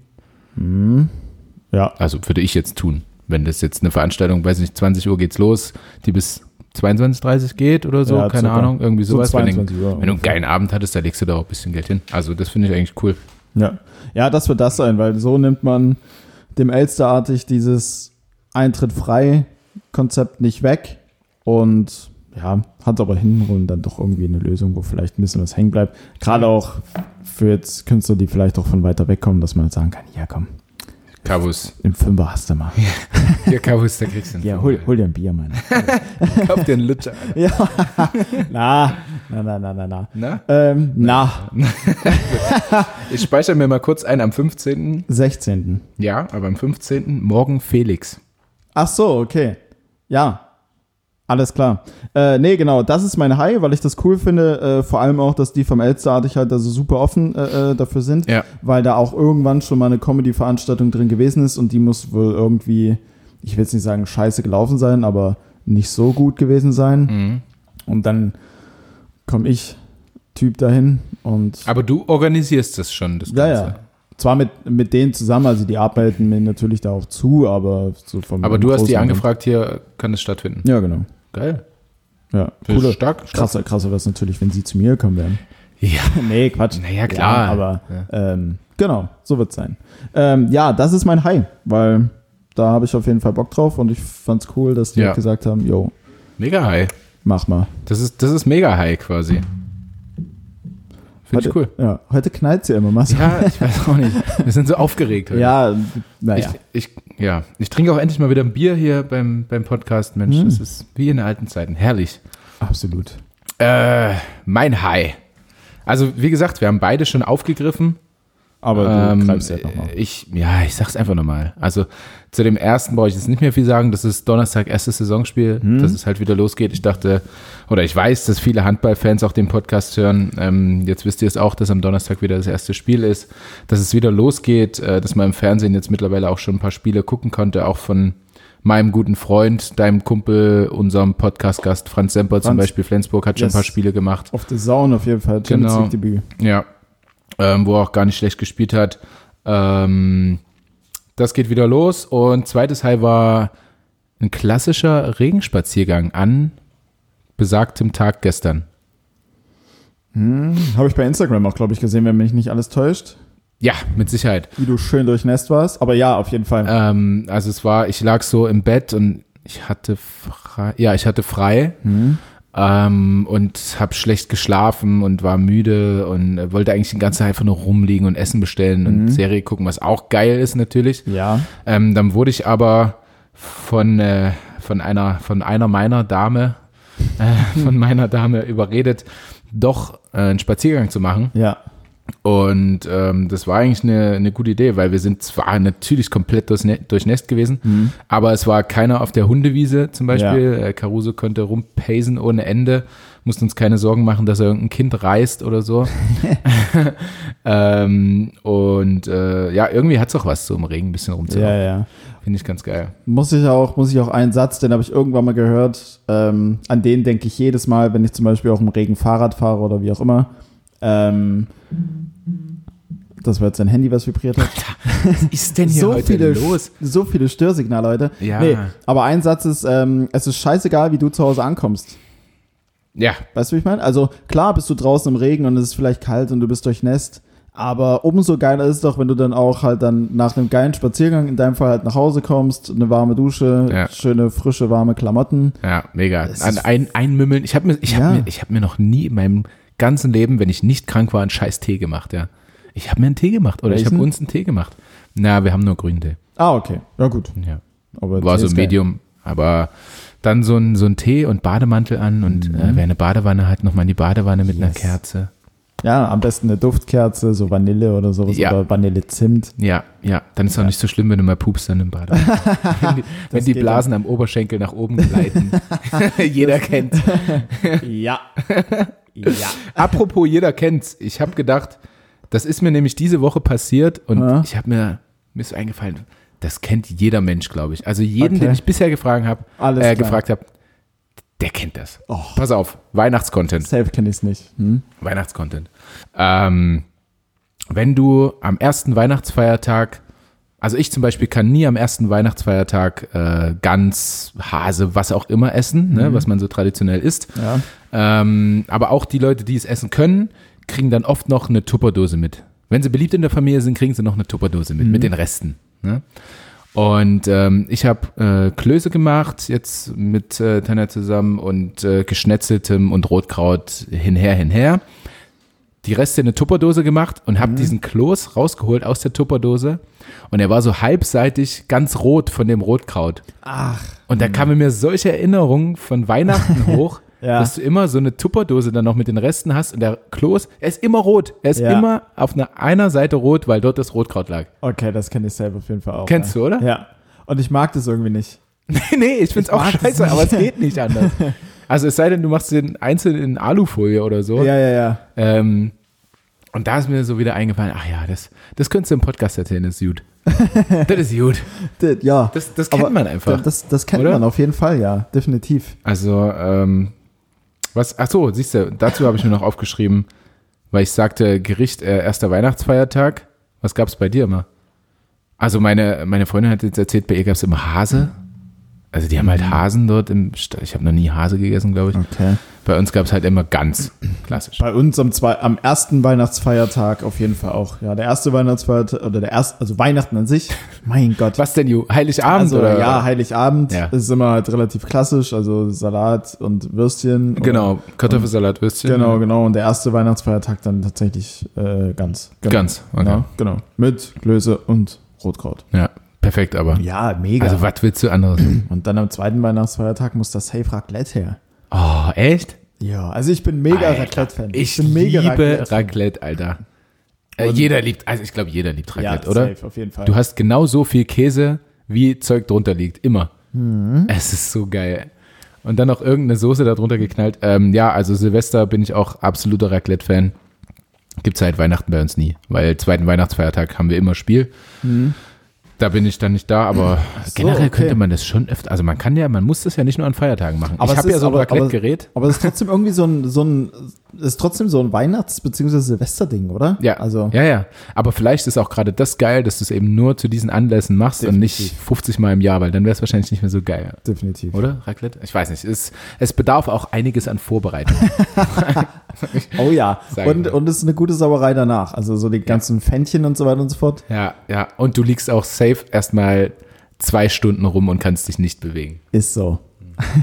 S1: Ja,
S2: Also würde ich jetzt tun. Wenn das jetzt eine Veranstaltung, weiß nicht, 20 Uhr geht's los, die bis 22, 30 geht oder so,
S1: Ja,
S2: keine
S1: circa.
S2: Ahnung, irgendwie
S1: So
S2: sowas. wenn,
S1: 22 Uhr
S2: du, wenn du einen geilen Abend hattest, da legst du da auch ein bisschen Geld hin. Also das finde ich eigentlich cool.
S1: ja. Ja, das wird das sein, weil so nimmt man dem Elsterartig dieses Eintritt frei Konzept nicht weg und ja, hat aber hintenrum dann doch irgendwie eine Lösung, wo vielleicht ein bisschen was hängen bleibt. Gerade auch für jetzt Künstler, die vielleicht auch von weiter weg kommen, dass man jetzt sagen kann, ja komm,
S2: Kabus.
S1: <laughs> im Fünfer hast du mal.
S2: Ja, Kabus, da kriegst du einen
S1: Ja, hol,
S2: Fünfer.
S1: hol dir ein Bier, Mann.
S2: Kauf dir einen Lutscher.
S1: ja. Na, na, na, na, na, na.
S2: <laughs> Na,
S1: Ähm, na,
S2: ich speichere mir mal kurz ein am 15.
S1: 16.
S2: Ja, aber am 15. Morgen Felix.
S1: Ach so, okay. Ja. Alles klar. Äh, nee, genau, das ist mein High, weil ich das cool finde. Äh, vor allem auch, dass die vom Elsterartig halt da so super offen äh, äh, dafür sind,
S2: Ja.
S1: weil da auch irgendwann schon mal eine Comedy-Veranstaltung drin gewesen ist und die muss wohl irgendwie, ich will jetzt nicht sagen, scheiße gelaufen sein, aber nicht so gut gewesen sein.
S2: Mhm.
S1: Und dann komme ich, Typ, dahin und
S2: Aber du organisierst das schon, das
S1: ja,
S2: Ganze.
S1: ja. Zwar mit, mit denen zusammen, also die arbeiten mir natürlich da auch zu, aber so vom
S2: Aber du hast die
S1: großen-
S2: angefragt, hier kann es stattfinden.
S1: Ja, genau.
S2: Geil.
S1: Ja,
S2: Finde ich
S1: coole,
S2: stark, stark.
S1: krasser, krasser wäre es natürlich, wenn sie zu mir gekommen <laughs> wären.
S2: Ja.
S1: nee, Quatsch.
S2: Naja, klar.
S1: Ja, aber Ähm, genau, so wird's sein. Ähm, ja, das ist mein High, weil da habe ich auf jeden Fall Bock drauf und ich fand's cool, dass die
S2: Ja.
S1: halt gesagt haben, yo,
S2: Mega high.
S1: mach mal.
S2: Das ist, das ist mega high quasi. Finde ich
S1: Heute-
S2: cool.
S1: Ja, heute knallt's ja immer mal. so.
S2: Ja, ich weiß auch nicht. Wir sind so aufgeregt heute.
S1: ja naja.
S2: Ich, ich, ja, ich trinke auch endlich mal wieder ein Bier hier beim, beim Podcast. Mensch,
S1: Mhm.
S2: das ist wie in alten Zeiten. Herrlich.
S1: absolut.
S2: Äh, mein High. Also, wie gesagt, wir haben beide schon aufgegriffen.
S1: Aber du
S2: Ähm,
S1: greifst halt ja nochmal.
S2: Ich, ja, ich sag's einfach nochmal. Also zu dem ersten brauche ich jetzt nicht mehr viel sagen. Das ist Donnerstag erstes Saisonspiel,
S1: Hm?
S2: dass es halt wieder losgeht. Ich dachte, oder ich weiß, dass viele Handballfans auch den Podcast hören. Ähm, jetzt wisst ihr es auch, dass am Donnerstag wieder das erste Spiel ist, dass es wieder losgeht, äh, dass man im Fernsehen jetzt mittlerweile auch schon ein paar Spiele gucken konnte, auch von meinem guten Freund, deinem Kumpel, unserem Podcast-Gast Franz Semper zum
S1: Franz.
S2: Beispiel. Flensburg hat schon
S1: Yes.
S2: ein paar Spiele gemacht.
S1: Auf the Zone auf jeden Fall. Champions
S2: Genau.
S1: League Debüt.
S2: Ja. Ähm, wo er auch gar nicht schlecht gespielt hat. Ähm, das geht wieder los. Und zweites High war ein klassischer Regenspaziergang an besagtem Tag gestern.
S1: Habe ich bei Instagram auch, glaube ich, gesehen, wenn mich nicht alles täuscht,
S2: Ja, mit Sicherheit.
S1: wie du schön durchnässt warst. Aber ja, auf jeden Fall.
S2: Ähm, also es war, ich lag so im Bett und ich hatte frei, ja, ich hatte frei ähm, und habe schlecht geschlafen und war müde und äh, wollte eigentlich den ganzen Tag einfach nur rumliegen und Essen bestellen und Serie gucken, was auch geil ist natürlich.
S1: ja.
S2: Ähm, dann wurde ich aber von, äh, von einer, von einer meiner Dame, äh, <laughs> von meiner Dame überredet, doch äh, einen Spaziergang zu machen.
S1: Ja.
S2: Und ähm, das war eigentlich eine, eine gute Idee, weil wir sind zwar natürlich komplett durchne- durchnässt gewesen, aber es war keiner auf der Hundewiese zum Beispiel. Äh, Caruso konnte rumpasen ohne Ende, musste uns keine Sorgen machen, dass er irgendein Kind reißt oder so. <laughs> ähm, und äh, ja, irgendwie hat es auch was, so im Regen ein bisschen
S1: Ja,
S2: rumzulaufen.
S1: ja.
S2: Finde ich ganz geil.
S1: Muss ich auch, muss ich auch einen Satz, den habe ich irgendwann mal gehört, ähm, an den denke ich jedes Mal, wenn ich zum Beispiel auf dem Regen Fahrrad fahre oder wie auch immer. Ähm, das war jetzt ein Handy, was vibriert hat.
S2: Was ist denn
S1: so viele, so viele Störsignale heute.
S2: Ja.
S1: aber ein Satz ist, ähm, es ist scheißegal, wie du zu Hause ankommst.
S2: Ja,
S1: Weißt du, wie ich meine? Also klar bist du draußen im Regen und es ist vielleicht kalt und du bist durchnässt, aber umso geiler ist es doch, wenn du dann auch halt dann nach einem geilen Spaziergang in deinem Fall halt nach Hause kommst, eine warme Dusche,
S2: Ja.
S1: schöne, frische, warme Klamotten.
S2: ja, mega.
S1: Es
S2: An
S1: ist-
S2: ein, einmümmeln. Ich habe mir, ich
S1: Ja.
S2: hab mir, ich hab mir noch nie in meinem ganzen Leben, wenn ich nicht krank war, einen scheiß Tee gemacht, ja. Ich habe mir einen Tee gemacht oder ich
S1: Welchen?
S2: habe uns einen Tee gemacht. Na, wir haben nur grünen Tee.
S1: Ah, okay. Ja, gut.
S2: Ja.
S1: Aber
S2: War
S1: Tee
S2: so
S1: ist
S2: ein
S1: geil.
S2: Medium, aber dann so ein, so ein Tee und Bademantel an und äh, wer eine Badewanne hat, nochmal in die Badewanne mit einer
S1: Mhm. Yes.
S2: Kerze.
S1: Ja, am besten eine Duftkerze, so Vanille oder sowas
S2: Ja.
S1: oder Vanillezimt.
S2: Ja, ja, dann ist es auch nicht so schlimm, wenn du mal pupst dann
S1: <laughs>
S2: im Badewanne. wenn die, wenn die
S1: geht
S2: Blasen am Oberschenkel nach
S1: <laughs>
S2: oben gleiten. <laughs> Jeder kennt.
S1: <laughs> Ja. ja.
S2: Apropos, jeder kennt's. Ich habe gedacht, das ist mir nämlich diese Woche passiert und
S1: Ja.
S2: ich habe mir, mir ist eingefallen, das kennt jeder Mensch, glaube ich. Also jeden,
S1: Okay.
S2: den ich bisher gefragt habe,
S1: Alles klar.
S2: äh,
S1: Oh.
S2: gefragt habe, der kennt das.
S1: Och.
S2: Pass auf, Weihnachtscontent.
S1: Safe kenne ich es nicht. Hm?
S2: Weihnachtscontent. Ähm, wenn du am ersten Weihnachtsfeiertag, also ich zum Beispiel kann nie am ersten Weihnachtsfeiertag äh, Gans, Hase, was auch immer essen, ne, was man so traditionell isst.
S1: Ja.
S2: Ähm, aber auch die Leute, die es essen können, kriegen dann oft noch eine Tupperdose mit. Wenn sie beliebt in der Familie sind, kriegen sie noch eine Tupperdose mit, mit den Resten. Ne? Und ähm, ich habe äh, Klöße gemacht, jetzt mit äh, Tanja zusammen und äh, geschnetzeltem und Rotkraut hinher, hinher. Die Reste in eine Tupperdose gemacht und
S1: Mhm.
S2: habe diesen Kloß rausgeholt aus der Tupperdose. Und er war so halbseitig ganz rot von dem Rotkraut.
S1: Ach.
S2: Und da kamen mir solche Erinnerungen
S1: <laughs>
S2: von Weihnachten hoch,
S1: Ja.
S2: dass du immer so eine Tupperdose dann noch mit den Resten hast und der Kloß, er ist immer rot. Er ist
S1: Ja.
S2: immer auf einer, einer Seite rot, weil dort das Rotkraut lag.
S1: Okay, das kenne ich selber auf jeden Fall auch.
S2: Kennst
S1: ja.
S2: du, oder?
S1: Ja. Und ich mag das irgendwie nicht.
S2: Nee, nee, ich find's auch
S1: mag das
S2: scheiße,
S1: nicht.
S2: aber es geht nicht anders. Also es sei denn, du machst den einzeln in Alufolie oder so.
S1: Ja, ja, ja.
S2: Ähm, und da ist mir so wieder eingefallen, ach ja, das, das könntest du im Podcast erzählen, das ist <laughs> gut. das ist gut.
S1: D- Ja.
S2: Das, das kennt
S1: Aber
S2: man einfach.
S1: Das, das kennt
S2: oder?
S1: man auf jeden Fall, ja. Definitiv.
S2: Also, ähm, was, ach so, siehst du, dazu habe ich mir noch aufgeschrieben, weil ich sagte, Gericht, äh, erster Weihnachtsfeiertag. Was gab's bei dir immer? Also, meine, meine Freundin hat jetzt erzählt, bei ihr gab's immer Hase. Also, die haben halt Hasen dort im Stall. Ich habe noch nie Hase gegessen, glaube ich.
S1: Okay.
S2: Bei uns gab's halt immer Gans. Klassisch.
S1: Bei uns am, zwei, am ersten Weihnachtsfeiertag auf jeden Fall auch. Ja, der erste Weihnachtsfeiertag oder der erste, also Weihnachten an
S2: <laughs>
S1: sich. Mein Gott.
S2: Was denn, Ju? Heiligabend
S1: Also
S2: oder?
S1: ja, Heiligabend
S2: Ja.
S1: ist immer halt relativ klassisch, also Salat und Würstchen.
S2: Genau, Kartoffelsalat, Würstchen.
S1: Und, genau, genau. Und der erste Weihnachtsfeiertag dann tatsächlich äh, ganz. Genau.
S2: Gans, okay.
S1: Ja, genau. Mit Klöße und Rotkraut.
S2: Ja, perfekt, aber.
S1: Ja, mega.
S2: Also, was willst du anderes?
S1: und dann am zweiten Weihnachtsfeiertag muss das Safe Raclette her.
S2: oh, echt?
S1: Ja, also ich bin mega
S2: Alter,
S1: Raclette-Fan.
S2: Ich
S1: bin mega
S2: liebe Raclette,
S1: Raclette-Fan.
S2: Alter. Äh, jeder liebt, also ich glaube, jeder liebt
S1: Ja,
S2: Raclette, oder?
S1: safe, auf jeden Fall.
S2: Du hast genau so viel Käse, wie Zeug drunter liegt. Immer.
S1: Mhm.
S2: Es ist so geil. Und dann noch irgendeine Soße darunter geknallt. Ähm, ja, also Silvester bin ich auch absoluter Raclette-Fan. Gibt es halt Weihnachten bei uns nie, weil zweiten Weihnachtsfeiertag haben wir immer Spiel. Da bin ich dann nicht da, aber generell
S1: Mhm. okay.
S2: könnte man das schon öfter. Also man kann ja, man muss das ja nicht nur an Feiertagen machen.
S1: Aber
S2: ich
S1: es
S2: habe ja
S1: ist-
S2: so ein
S1: aber- aber-
S2: Raclette-Gerät.
S1: Aber es ist trotzdem irgendwie so ein, so ein, es ist trotzdem so ein Weihnachts- bzw. Silvesterding, oder?
S2: Ja,
S1: Also,
S2: ja, ja. Aber vielleicht ist auch gerade das geil, dass du es eben nur zu diesen Anlässen machst und nicht
S1: Definitiv.
S2: 50 Mal im Jahr, weil dann wäre es wahrscheinlich nicht mehr so geil,
S1: definitiv.
S2: oder? Raclette? Ich weiß nicht. Es, es bedarf auch einiges an Vorbereitung.
S1: <laughs> Oh ja.
S2: Sag ich
S1: Und,
S2: mal.
S1: und es ist eine gute Sauerei danach. Also so die ganzen Fändchen und so weiter und so fort.
S2: ja, ja. Und du liegst auch safe erstmal zwei Stunden rum und kannst dich nicht bewegen.
S1: Ist so.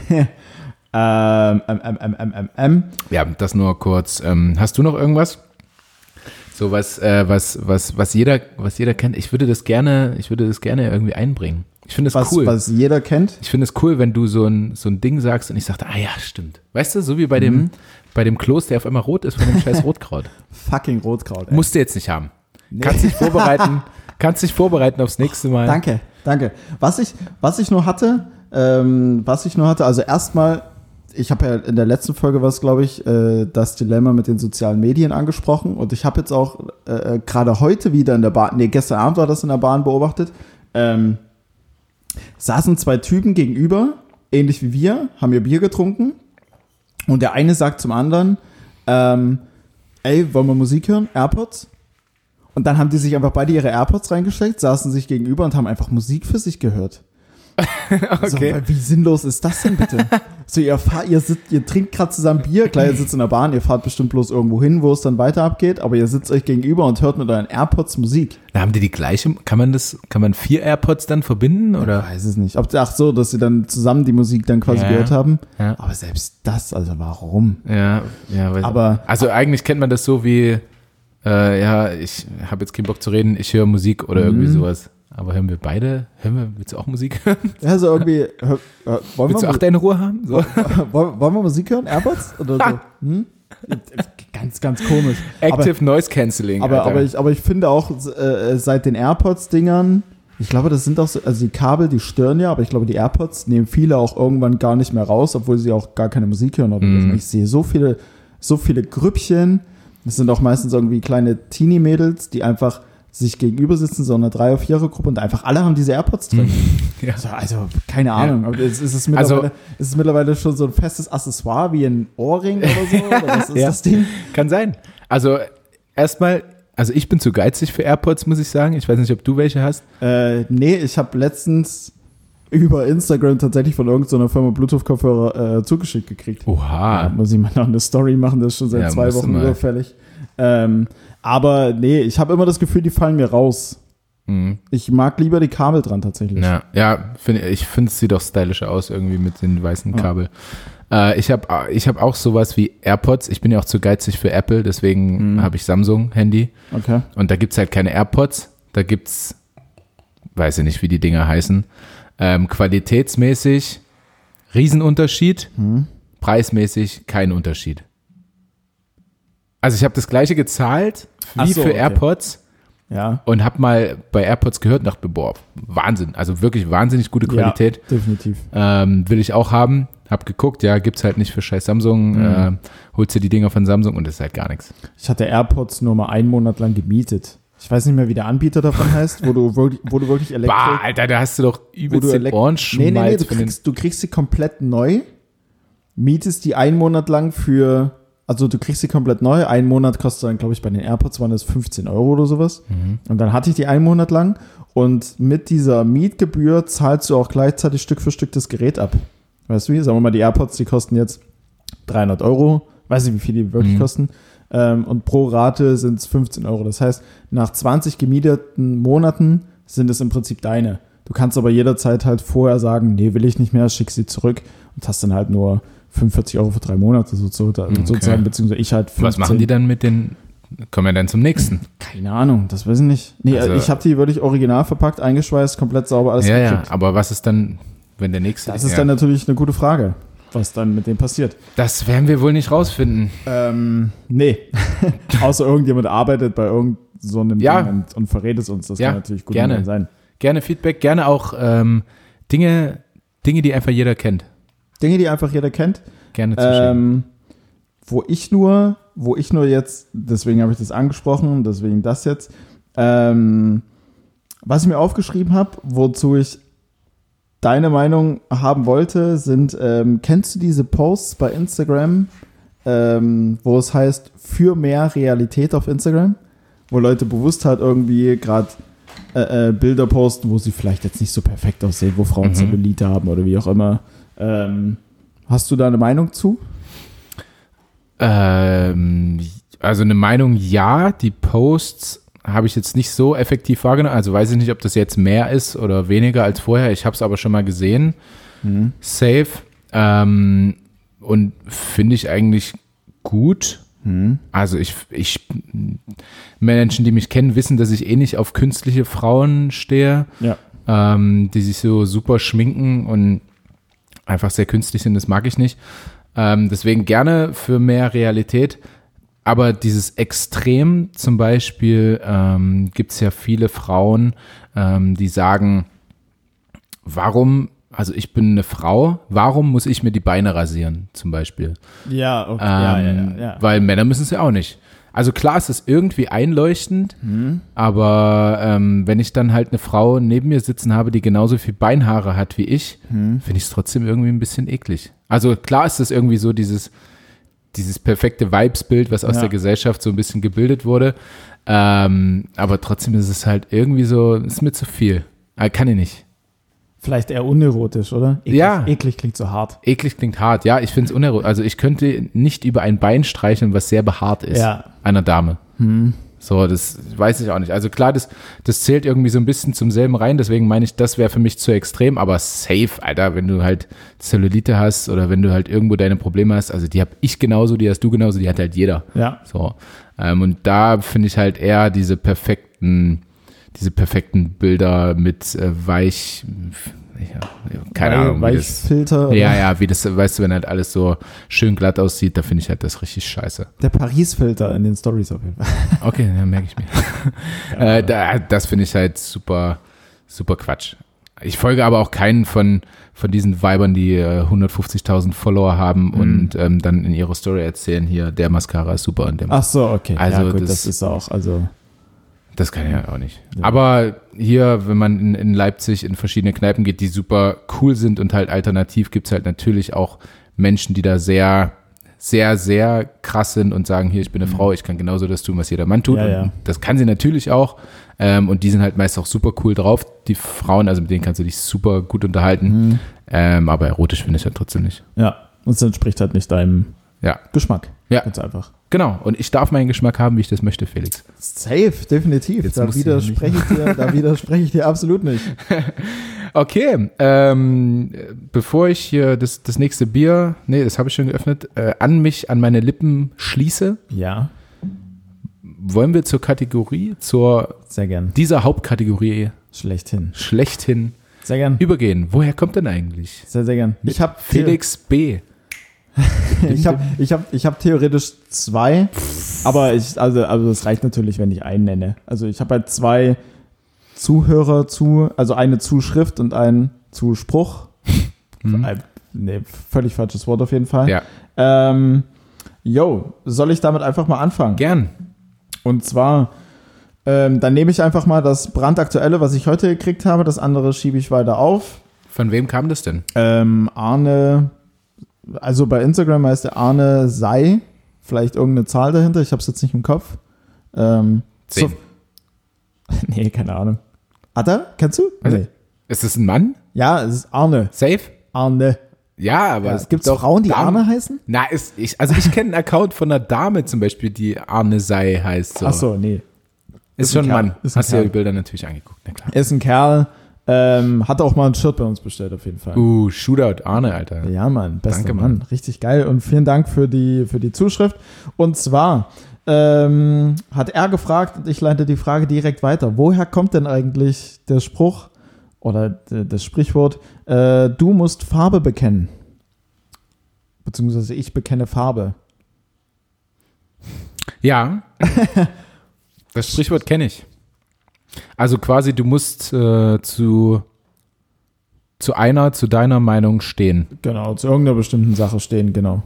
S2: Mhm.
S1: <laughs> ähm, ähm, ähm, ähm, ähm, ähm.
S2: Ja, das nur kurz. Ähm, hast du noch irgendwas? So was, äh, was, was, was jeder, was jeder kennt. Ich würde das gerne, ich würde das gerne irgendwie einbringen. Ich finde es
S1: Was,
S2: cool.
S1: was jeder kennt.
S2: Ich finde es cool, wenn du so ein, so ein Ding sagst und ich sagte, ah ja, stimmt. Weißt du, so wie bei
S1: Mhm.
S2: dem, bei dem Kloß, der auf einmal rot ist von
S1: <laughs>
S2: dem scheiß Rotkraut.
S1: Fucking Rotkraut. Ey.
S2: Musst du jetzt nicht haben. Kannst
S1: <laughs>
S2: dich vorbereiten, kannst dich vorbereiten aufs nächste Mal.
S1: Danke, danke. Was ich, was ich nur hatte, ähm, was ich nur hatte, also erstmal, ich habe ja in der letzten Folge was, glaube ich, äh, das Dilemma mit den sozialen Medien angesprochen und ich habe jetzt auch äh, äh, gerade heute wieder in der Bahn, nee, gestern Abend war das in der Bahn beobachtet, ähm, saßen zwei Typen gegenüber, ähnlich wie wir, haben ihr Bier getrunken und der eine sagt zum anderen, ähm, ey, wollen wir Musik hören? AirPods? Und dann haben die sich einfach beide ihre AirPods reingesteckt, saßen sich gegenüber und haben einfach Musik für sich
S2: <laughs>
S1: gehört.
S2: Okay.
S1: So, wie sinnlos ist das denn bitte?
S2: <laughs>
S1: so, ihr, fahr, ihr, sitzt, ihr trinkt gerade zusammen Bier, klar, ihr sitzt in der Bahn, ihr fahrt bestimmt bloß irgendwo hin, wo es dann weiter abgeht, aber ihr sitzt euch gegenüber und hört mit euren AirPods Musik.
S2: Da haben die die gleiche, kann man das, kann man vier AirPods dann verbinden oder?
S1: Weiß es nicht. Ob, ach so, dass sie dann zusammen die Musik dann quasi
S2: Ja.
S1: gehört haben.
S2: Ja.
S1: Aber selbst das, also warum?
S2: Ja, ja, weiß
S1: Aber-
S2: Also eigentlich kennt man das so wie, äh, ja, ich habe jetzt keinen Bock zu reden, ich höre Musik
S1: Mhm.
S2: oder irgendwie sowas. Aber hören wir beide, hören wir, willst du auch Musik <laughs> hören?
S1: Ja, so irgendwie, äh, äh, wollen,
S2: Willst du
S1: wir, <laughs>
S2: auch deine Ruhe haben? So.
S1: wollen, wollen wir Musik hören? AirPods? Oder so?
S2: <laughs>
S1: hm? Ganz, ganz komisch. Aber-
S2: Active Noise Cancelling.
S1: Aber,
S2: Alter.
S1: aber, ich, aber ich finde auch, äh, seit den AirPods-Dingern, ich glaube, das sind auch so, also die Kabel, die stören ja, aber ich glaube, die AirPods nehmen viele auch irgendwann gar nicht mehr raus, obwohl sie auch gar keine Musik hören. Oder
S2: Mhm.
S1: so. Ich sehe so viele, so viele Grüppchen. Das sind auch meistens irgendwie kleine Teenie-Mädels, die einfach sich gegenüber sitzen, so eine Drei- oder Vierer-Gruppe und einfach alle haben diese AirPods drin.
S2: Mhm. <laughs> Ja.
S1: Also, also, keine Ahnung. Aber es, ist es
S2: Also-
S1: mittlerweile, ist es mittlerweile schon so ein festes Accessoire wie ein Ohrring oder so? Oder was ist
S2: <laughs> Ja.
S1: das Ding?
S2: Kann sein. Also erstmal, also ich bin zu geizig für AirPods, muss ich sagen. Ich weiß nicht, ob du welche hast.
S1: Äh, nee, ich habe letztens über Instagram tatsächlich von irgendeiner Firma Bluetooth-Kopfhörer äh, zugeschickt gekriegt.
S2: Oha.
S1: Muss ich mal noch eine Story machen, das ist schon seit
S2: Ja,
S1: zwei
S2: musst du
S1: Wochen
S2: mal.
S1: überfällig. Ähm, aber nee, ich habe immer das Gefühl, die fallen mir raus. Ich mag lieber die Kabel dran tatsächlich.
S2: Mhm. Ja, ja find, ich finde es sieht doch stylischer aus irgendwie mit den weißen Kabel. Äh, ich habe ich hab auch sowas wie AirPods. Ich bin ja auch zu geizig für Apple, deswegen
S1: Mhm.
S2: habe ich Samsung-Handy.
S1: Okay.
S2: Und da gibt es halt keine AirPods. Da gibt's, weiß ich nicht, wie die Dinger heißen. Ähm, qualitätsmäßig Riesenunterschied.
S1: Mhm.
S2: Preismäßig kein Unterschied. Also ich habe das gleiche gezahlt
S1: Ach
S2: wie
S1: so,
S2: für
S1: okay.
S2: AirPods
S1: Ja.
S2: und habe mal bei AirPods gehört und dachte, mir, boah, Wahnsinn. Also wirklich wahnsinnig gute Qualität.
S1: Ja, definitiv.
S2: Ähm, will ich auch haben. Hab geguckt, ja, gibt's halt nicht für scheiß Samsung.
S1: Mhm.
S2: Äh, holst dir die Dinger von Samsung und das ist halt gar nichts.
S1: Ich hatte AirPods nur mal einen Monat lang gemietet. Ich weiß nicht mehr, wie der Anbieter davon <laughs> heißt, wo du wirklich, wo du wirklich Elektro
S2: Bah, Alter, da hast du doch
S1: wo du
S2: übelst den
S1: elekt-
S2: Ohrenschmalz
S1: Nee, nee, nee, du
S2: von den
S1: kriegst, du kriegst sie komplett neu, mietest die einen Monat lang für, also du kriegst sie komplett neu, einen Monat kostet dann, glaube ich, bei den AirPods waren das 15 Euro oder sowas.
S2: Mhm.
S1: Und dann hatte ich die einen Monat lang und mit dieser Mietgebühr zahlst du auch gleichzeitig Stück für Stück das Gerät ab. Weißt du wie? Sagen wir mal, die AirPods, die kosten jetzt 300 Euro, weiß nicht, wie viel die
S2: Mhm.
S1: wirklich kosten. Ähm, und pro Rate sind es 15 Euro. Das heißt, nach 20 gemieteten Monaten sind es im Prinzip deine. Du kannst aber jederzeit halt vorher sagen, nee, will ich nicht mehr, schick sie zurück und hast dann halt nur 45 Euro für drei Monate sozusagen, sozusagen beziehungsweise ich halt 15.
S2: Mhm, Was machen die dann mit den? Kommen wir dann
S1: <clears throat>
S2: zum nächsten.
S1: Keine Ahnung, das weiß ich nicht. Nee,
S2: Also-
S1: ich habe die wirklich original verpackt, eingeschweißt, komplett sauber, alles
S2: ja, ja,
S1: gekriegt.
S2: aber was ist dann, wenn der nächste
S1: Das ist
S2: ja.
S1: dann natürlich eine gute Frage, was dann mit dem passiert.
S2: Das werden wir wohl nicht rausfinden.
S1: Ähm, nee. <laughs> Außer irgendjemand arbeitet bei irgendeinem so einem
S2: Ja.
S1: Ding und, und verrät es uns. Das
S2: Ja,
S1: kann natürlich gut
S2: gerne.
S1: sein.
S2: Gerne Feedback, gerne auch ähm, Dinge, Dinge, die einfach jeder kennt.
S1: Dinge, die einfach jeder kennt.
S2: Gerne zuschicken.
S1: Ähm, wo ich nur, wo ich nur jetzt, deswegen habe ich das angesprochen, deswegen das jetzt, ähm, was ich mir aufgeschrieben habe, wozu ich deine Meinung haben wollte, sind, ähm, kennst du diese Posts bei Instagram, ähm, wo es heißt, für mehr Realität auf Instagram? Wo Leute bewusst halt irgendwie gerade äh, äh, Bilder posten, wo sie vielleicht jetzt nicht so perfekt aussehen, wo Frauen Zellulite haben oder wie auch immer. Ähm, Hast du da eine Meinung zu?
S2: Ähm, also eine Meinung, ja, die Posts habe ich jetzt nicht so effektiv wahrgenommen. Also weiß ich nicht, ob das jetzt mehr ist oder weniger als vorher. Ich habe es aber schon mal gesehen. Safe. Ähm, und finde ich eigentlich gut. Also ich, ich, Menschen, die mich kennen, wissen, dass ich eh nicht auf künstliche Frauen stehe,
S1: Ja.
S2: ähm, die sich so super schminken und einfach sehr künstlich sind, das mag ich nicht. Ähm, deswegen gerne für mehr Realität. Aber dieses Extrem zum Beispiel ähm, gibt es ja viele Frauen, ähm, die sagen, warum, also ich bin eine Frau, warum muss ich mir die Beine rasieren zum Beispiel?
S1: Ja, okay.
S2: Ähm, Weil Männer müssen es ja auch nicht. Also klar, es ist irgendwie einleuchtend, aber ähm, wenn ich dann halt eine Frau neben mir sitzen habe, die genauso viel Beinhaare hat wie ich, finde ich es trotzdem irgendwie ein bisschen eklig. Also klar ist es irgendwie so dieses, dieses perfekte Vibesbild, was aus
S1: Ja.
S2: der Gesellschaft so ein bisschen gebildet wurde. Ähm, aber trotzdem ist es halt irgendwie so, ist mir zu viel. Äh, kann ich nicht.
S1: Vielleicht eher unerotisch, oder? Eklig,
S2: Ja.
S1: Eklig klingt so hart.
S2: Eklig klingt hart, ja, ich finde es unerotisch. Also ich könnte nicht über ein Bein streicheln, was sehr behaart ist,
S1: Ja.
S2: einer Dame. So, das weiß ich auch nicht. Also klar, das, das zählt irgendwie so ein bisschen zum selben rein, deswegen meine ich, das wäre für mich zu extrem, aber safe, Alter, wenn du halt Zellulite hast oder wenn du halt irgendwo deine Probleme hast, also die habe ich genauso, die hast du genauso, die hat halt jeder.
S1: Ja.
S2: So. Ähm, und da finde ich halt eher diese perfekten, diese perfekten Bilder mit äh, weich, ja, keine
S1: Weil-
S2: Ahnung. wie das-
S1: Weichfilter.
S2: ja, ja, wie das, weißt du, wenn halt alles so schön glatt aussieht, da finde ich halt das richtig scheiße.
S1: Der Paris-Filter in den Stories auf jeden Fall.
S2: Okay, ja, merke ich mir. <laughs> äh, da, das finde ich halt super, super Quatsch. Ich folge aber auch keinen von, von diesen Weibern, die äh, 150.000 Follower haben und ähm, dann in ihrer Story erzählen, hier, der Mascara ist super und der
S1: Ach so, okay.
S2: Also
S1: ja, gut, das,
S2: das-
S1: ist auch, also.
S2: Das kann ich halt auch nicht. Aber hier, wenn man in, in Leipzig in verschiedene Kneipen geht, die super cool sind und halt alternativ, gibt's halt natürlich auch Menschen, die da sehr, sehr, sehr krass sind und sagen, hier, ich bin eine Frau, ich kann genauso das tun, was jeder Mann tut.
S1: Mhm. Ja, ja.
S2: Und das kann sie natürlich auch. Ähm, und die sind halt meist auch super cool drauf. Die Frauen, also mit denen kannst du dich super gut unterhalten.
S1: Mhm.
S2: Ähm, aber erotisch finde ich halt trotzdem nicht.
S1: Ja, und es entspricht halt nicht deinem
S2: Ja,
S1: Geschmack.
S2: Ja.
S1: Ganz einfach.
S2: genau. Und ich darf meinen Geschmack haben, wie ich das möchte, Felix.
S1: Safe, definitiv.
S2: Jetzt
S1: da
S2: musst du
S1: widerspreche ich dir, da widerspreche ich dir absolut nicht.
S2: <laughs> Okay, ähm, bevor ich hier das, das nächste Bier, nee, das habe ich schon geöffnet, äh, an mich, an meine Lippen schließe,
S1: Ja,
S2: wollen wir zur Kategorie, zur
S1: sehr gern.
S2: dieser Hauptkategorie
S1: Schlechthin.
S2: schlechthin
S1: Sehr gern.
S2: übergehen. Woher kommt denn eigentlich?
S1: Sehr, sehr gern. Ich habe
S2: Felix B.
S1: Ich habe ich hab, ich hab theoretisch zwei, aber ich, also, also es reicht natürlich, wenn ich einen nenne. Also ich habe halt zwei Zuhörer zu, also eine Zuschrift und einen Zuspruch. Ein, nee, völlig falsches Wort auf jeden Fall.
S2: Ja,
S1: Ähm, yo, soll ich damit einfach mal anfangen?
S2: gern.
S1: Und zwar, ähm, dann nehme ich einfach mal das brandaktuelle, was ich heute gekriegt habe, das andere schiebe ich weiter auf.
S2: Von wem kam das denn?
S1: Ähm, Arne, also bei Instagram heißt der Arne Sei, vielleicht irgendeine Zahl dahinter, ich habe es jetzt nicht im Kopf. Ähm,
S2: Zehn.
S1: <laughs> nee, keine Ahnung. Hat er? Kennst du?
S2: Also-
S1: nee.
S2: Ist es ein Mann?
S1: Ja, es ist Arne.
S2: Safe?
S1: Arne.
S2: Ja, aber
S1: Ja,
S2: es
S1: Gibt
S2: gibt
S1: es
S2: auch
S1: Frauen, die
S2: Damen.
S1: Arne heißen?
S2: Na, ist, ich, also ich kenne einen Account von einer Dame zum Beispiel, die Arne Sei heißt. So.
S1: Ach so, nee.
S2: ist,
S1: ist
S2: schon
S1: ein
S2: ein
S1: Kerl,
S2: Mann.
S1: ist ein
S2: Hast du ja
S1: Kerl.
S2: die Bilder natürlich angeguckt, na klar.
S1: Ist ein Kerl, ähm, hat auch mal ein Shirt bei uns bestellt auf jeden Fall.
S2: Uh, Shootout Arne, Alter.
S1: Ja, Mann, bester
S2: Danke,
S1: Mann.
S2: Mann.
S1: Richtig geil und vielen Dank für die, für die Zuschrift. Und zwar ähm, hat er gefragt und ich leite die Frage direkt weiter. Woher kommt denn eigentlich der Spruch oder d- das Sprichwort, äh, du musst Farbe bekennen? Beziehungsweise ich bekenne Farbe.
S2: Ja. das Sprichwort kenne ich. Also quasi, du musst äh, zu, zu einer, zu deiner Meinung stehen.
S1: Genau, zu irgendeiner bestimmten Sache stehen, genau.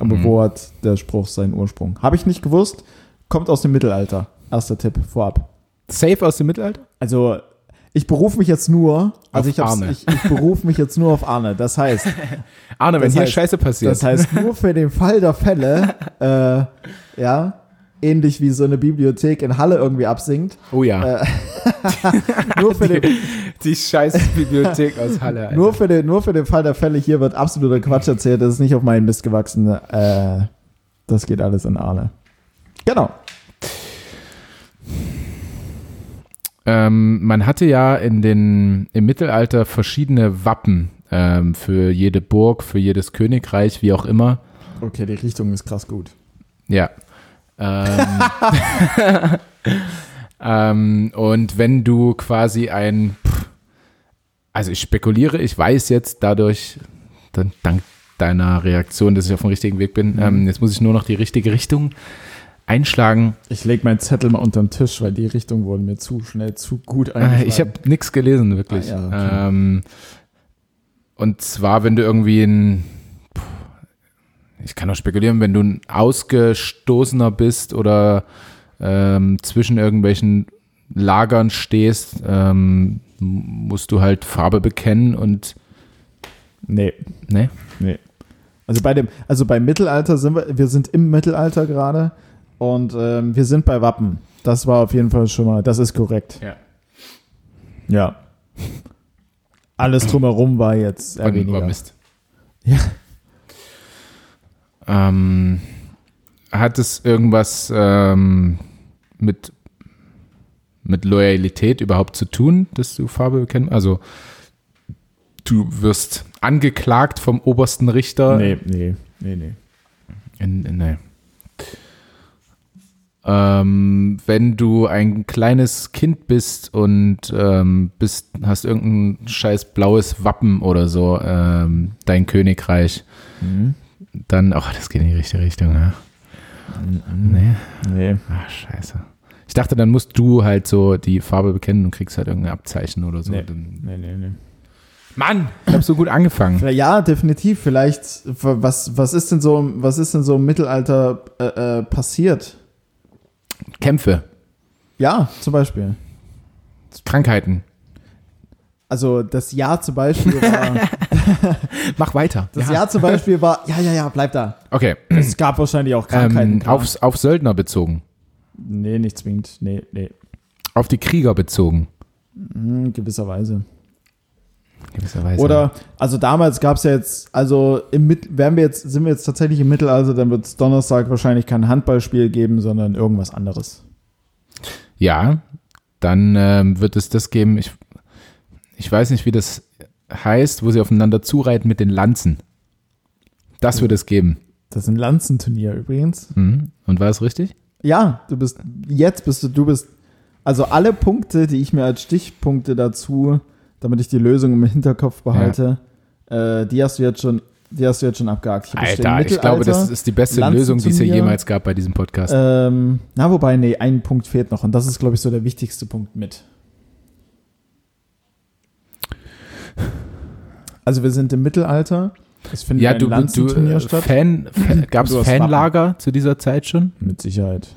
S1: Aber wo hat der Spruch seinen Ursprung? Habe ich nicht gewusst, kommt aus dem Mittelalter. Erster Tipp vorab.
S2: Safe aus dem Mittelalter?
S1: Also, ich berufe mich jetzt nur, also
S2: Auf
S1: ich, hab's,
S2: Arne.
S1: ich, ich berufe mich jetzt nur auf Arne. Das
S2: <laughs>
S1: heißt,
S2: Arne, wenn
S1: Das
S2: hier
S1: heißt-
S2: Scheiße passiert.
S1: das heißt nur für den Fall der Fälle, äh, ja, ähnlich wie so eine Bibliothek in Halle irgendwie absinkt,
S2: oh ja.
S1: nur für den,
S2: <laughs> die scheiß Bibliothek aus Halle. Alter.
S1: nur für den, nur für den Fall der Fälle hier wird absoluter Quatsch erzählt, das ist nicht auf meinen Mist gewachsen, äh, das geht alles in Arne. Genau.
S2: Ähm, man hatte ja in den, im Mittelalter verschiedene Wappen ähm, für jede Burg, für jedes Königreich, wie auch immer.
S1: Okay, die Richtung ist krass gut.
S2: Ja. Ähm, <laughs> ähm, und wenn du quasi ein, pff, also ich spekuliere, ich weiß jetzt dadurch, dann, dank deiner Reaktion, dass ich auf dem richtigen Weg bin, ähm, jetzt muss ich nur noch die richtige Richtung einschlagen.
S1: Ich lege meinen Zettel mal unter den Tisch, weil die Richtung wurde mir zu schnell, zu gut
S2: Äh, Ich habe nichts gelesen, wirklich.
S1: Ah, ja,
S2: ähm, und zwar, wenn du irgendwie ein, puh, ich kann auch spekulieren, wenn du ein Ausgestoßener bist oder ähm, zwischen irgendwelchen Lagern stehst, ähm, musst du halt Farbe bekennen und,
S1: nee,
S2: ne?
S1: nee. Also bei dem, also beim Mittelalter sind wir, wir sind im Mittelalter gerade und ähm, wir sind bei Wappen. Das war auf jeden Fall schon mal, das ist korrekt.
S2: Ja.
S1: Ja. Alles drumherum war jetzt eher
S2: Und,
S1: weniger.
S2: war Mist.
S1: Ja.
S2: Ähm, hat es irgendwas ähm, mit, mit Loyalität überhaupt zu tun, dass du Farbe bekennst? Also, du wirst angeklagt vom obersten Richter.
S1: Nee, nee, nee, nee.
S2: In, in, nee. Ähm, wenn du ein kleines Kind bist und ähm, bist, hast irgendein scheiß blaues Wappen oder so, ähm, dein Königreich,
S1: Mhm.
S2: dann, ach, das geht in die richtige Richtung, ja. Nee,
S1: Mhm. Nee.
S2: ach, Ah, scheiße. Ich dachte, dann musst du halt so die Farbe bekennen und kriegst halt irgendein Abzeichen oder so.
S1: Nee.
S2: Dann,
S1: Nee, nee, nee.
S2: Mann, ich hab so gut angefangen.
S1: Ja, definitiv. Vielleicht, was, was ist denn so, was ist denn so im Mittelalter äh, äh, passiert?
S2: Kämpfe,
S1: Ja, zum Beispiel.
S2: Krankheiten.
S1: Also das Jahr zum Beispiel <laughs> war,
S2: Mach weiter.
S1: das Jahr zum Beispiel war, ja, ja, ja, bleib da.
S2: Okay,
S1: Es gab wahrscheinlich auch Krankheiten.
S2: ähm,
S1: klar.
S2: aufs, auf Söldner bezogen.
S1: nee, nicht zwingend. Nee, nee.
S2: Auf die Krieger bezogen.
S1: In gewisser Weise.
S2: Gewisserweise.
S1: Oder, also damals gab es ja jetzt, also im Mit wären wir jetzt, sind wir jetzt tatsächlich im Mittelalter, dann wird es Donnerstag wahrscheinlich kein Handballspiel geben, sondern irgendwas anderes.
S2: Ja, dann ähm, wird es das geben. Ich, ich weiß nicht, wie das heißt, wo sie aufeinander zureiten mit den Lanzen. Das wird es geben.
S1: Das ist ein Lanzenturnier übrigens.
S2: Mhm. Und war es richtig?
S1: Ja, du bist, jetzt bist du, du bist, also alle Punkte, die ich mir als Stichpunkte dazu, damit ich die Lösung im Hinterkopf behalte, äh, die hast du jetzt schon, die hast du jetzt schon abgehakt. Ich hab jetzt
S2: Alter,
S1: den
S2: ich glaube, das
S1: Mittelalter,
S2: ist die beste
S1: Lanzen
S2: Lösung, die es hier
S1: zu mir.
S2: jemals gab bei diesem Podcast.
S1: Ähm, na, wobei, nee, ein Punkt fehlt noch und das ist, glaube ich, so der wichtigste Punkt mit. Also wir sind im Mittelalter. Es findet
S2: ja,
S1: ein
S2: du, du
S1: Lanzenturnier
S2: äh,
S1: statt.
S2: Fan, Fan gab
S1: Du
S2: es
S1: hast Wappen.
S2: Fanlager zu dieser Zeit schon?
S1: Mit Sicherheit.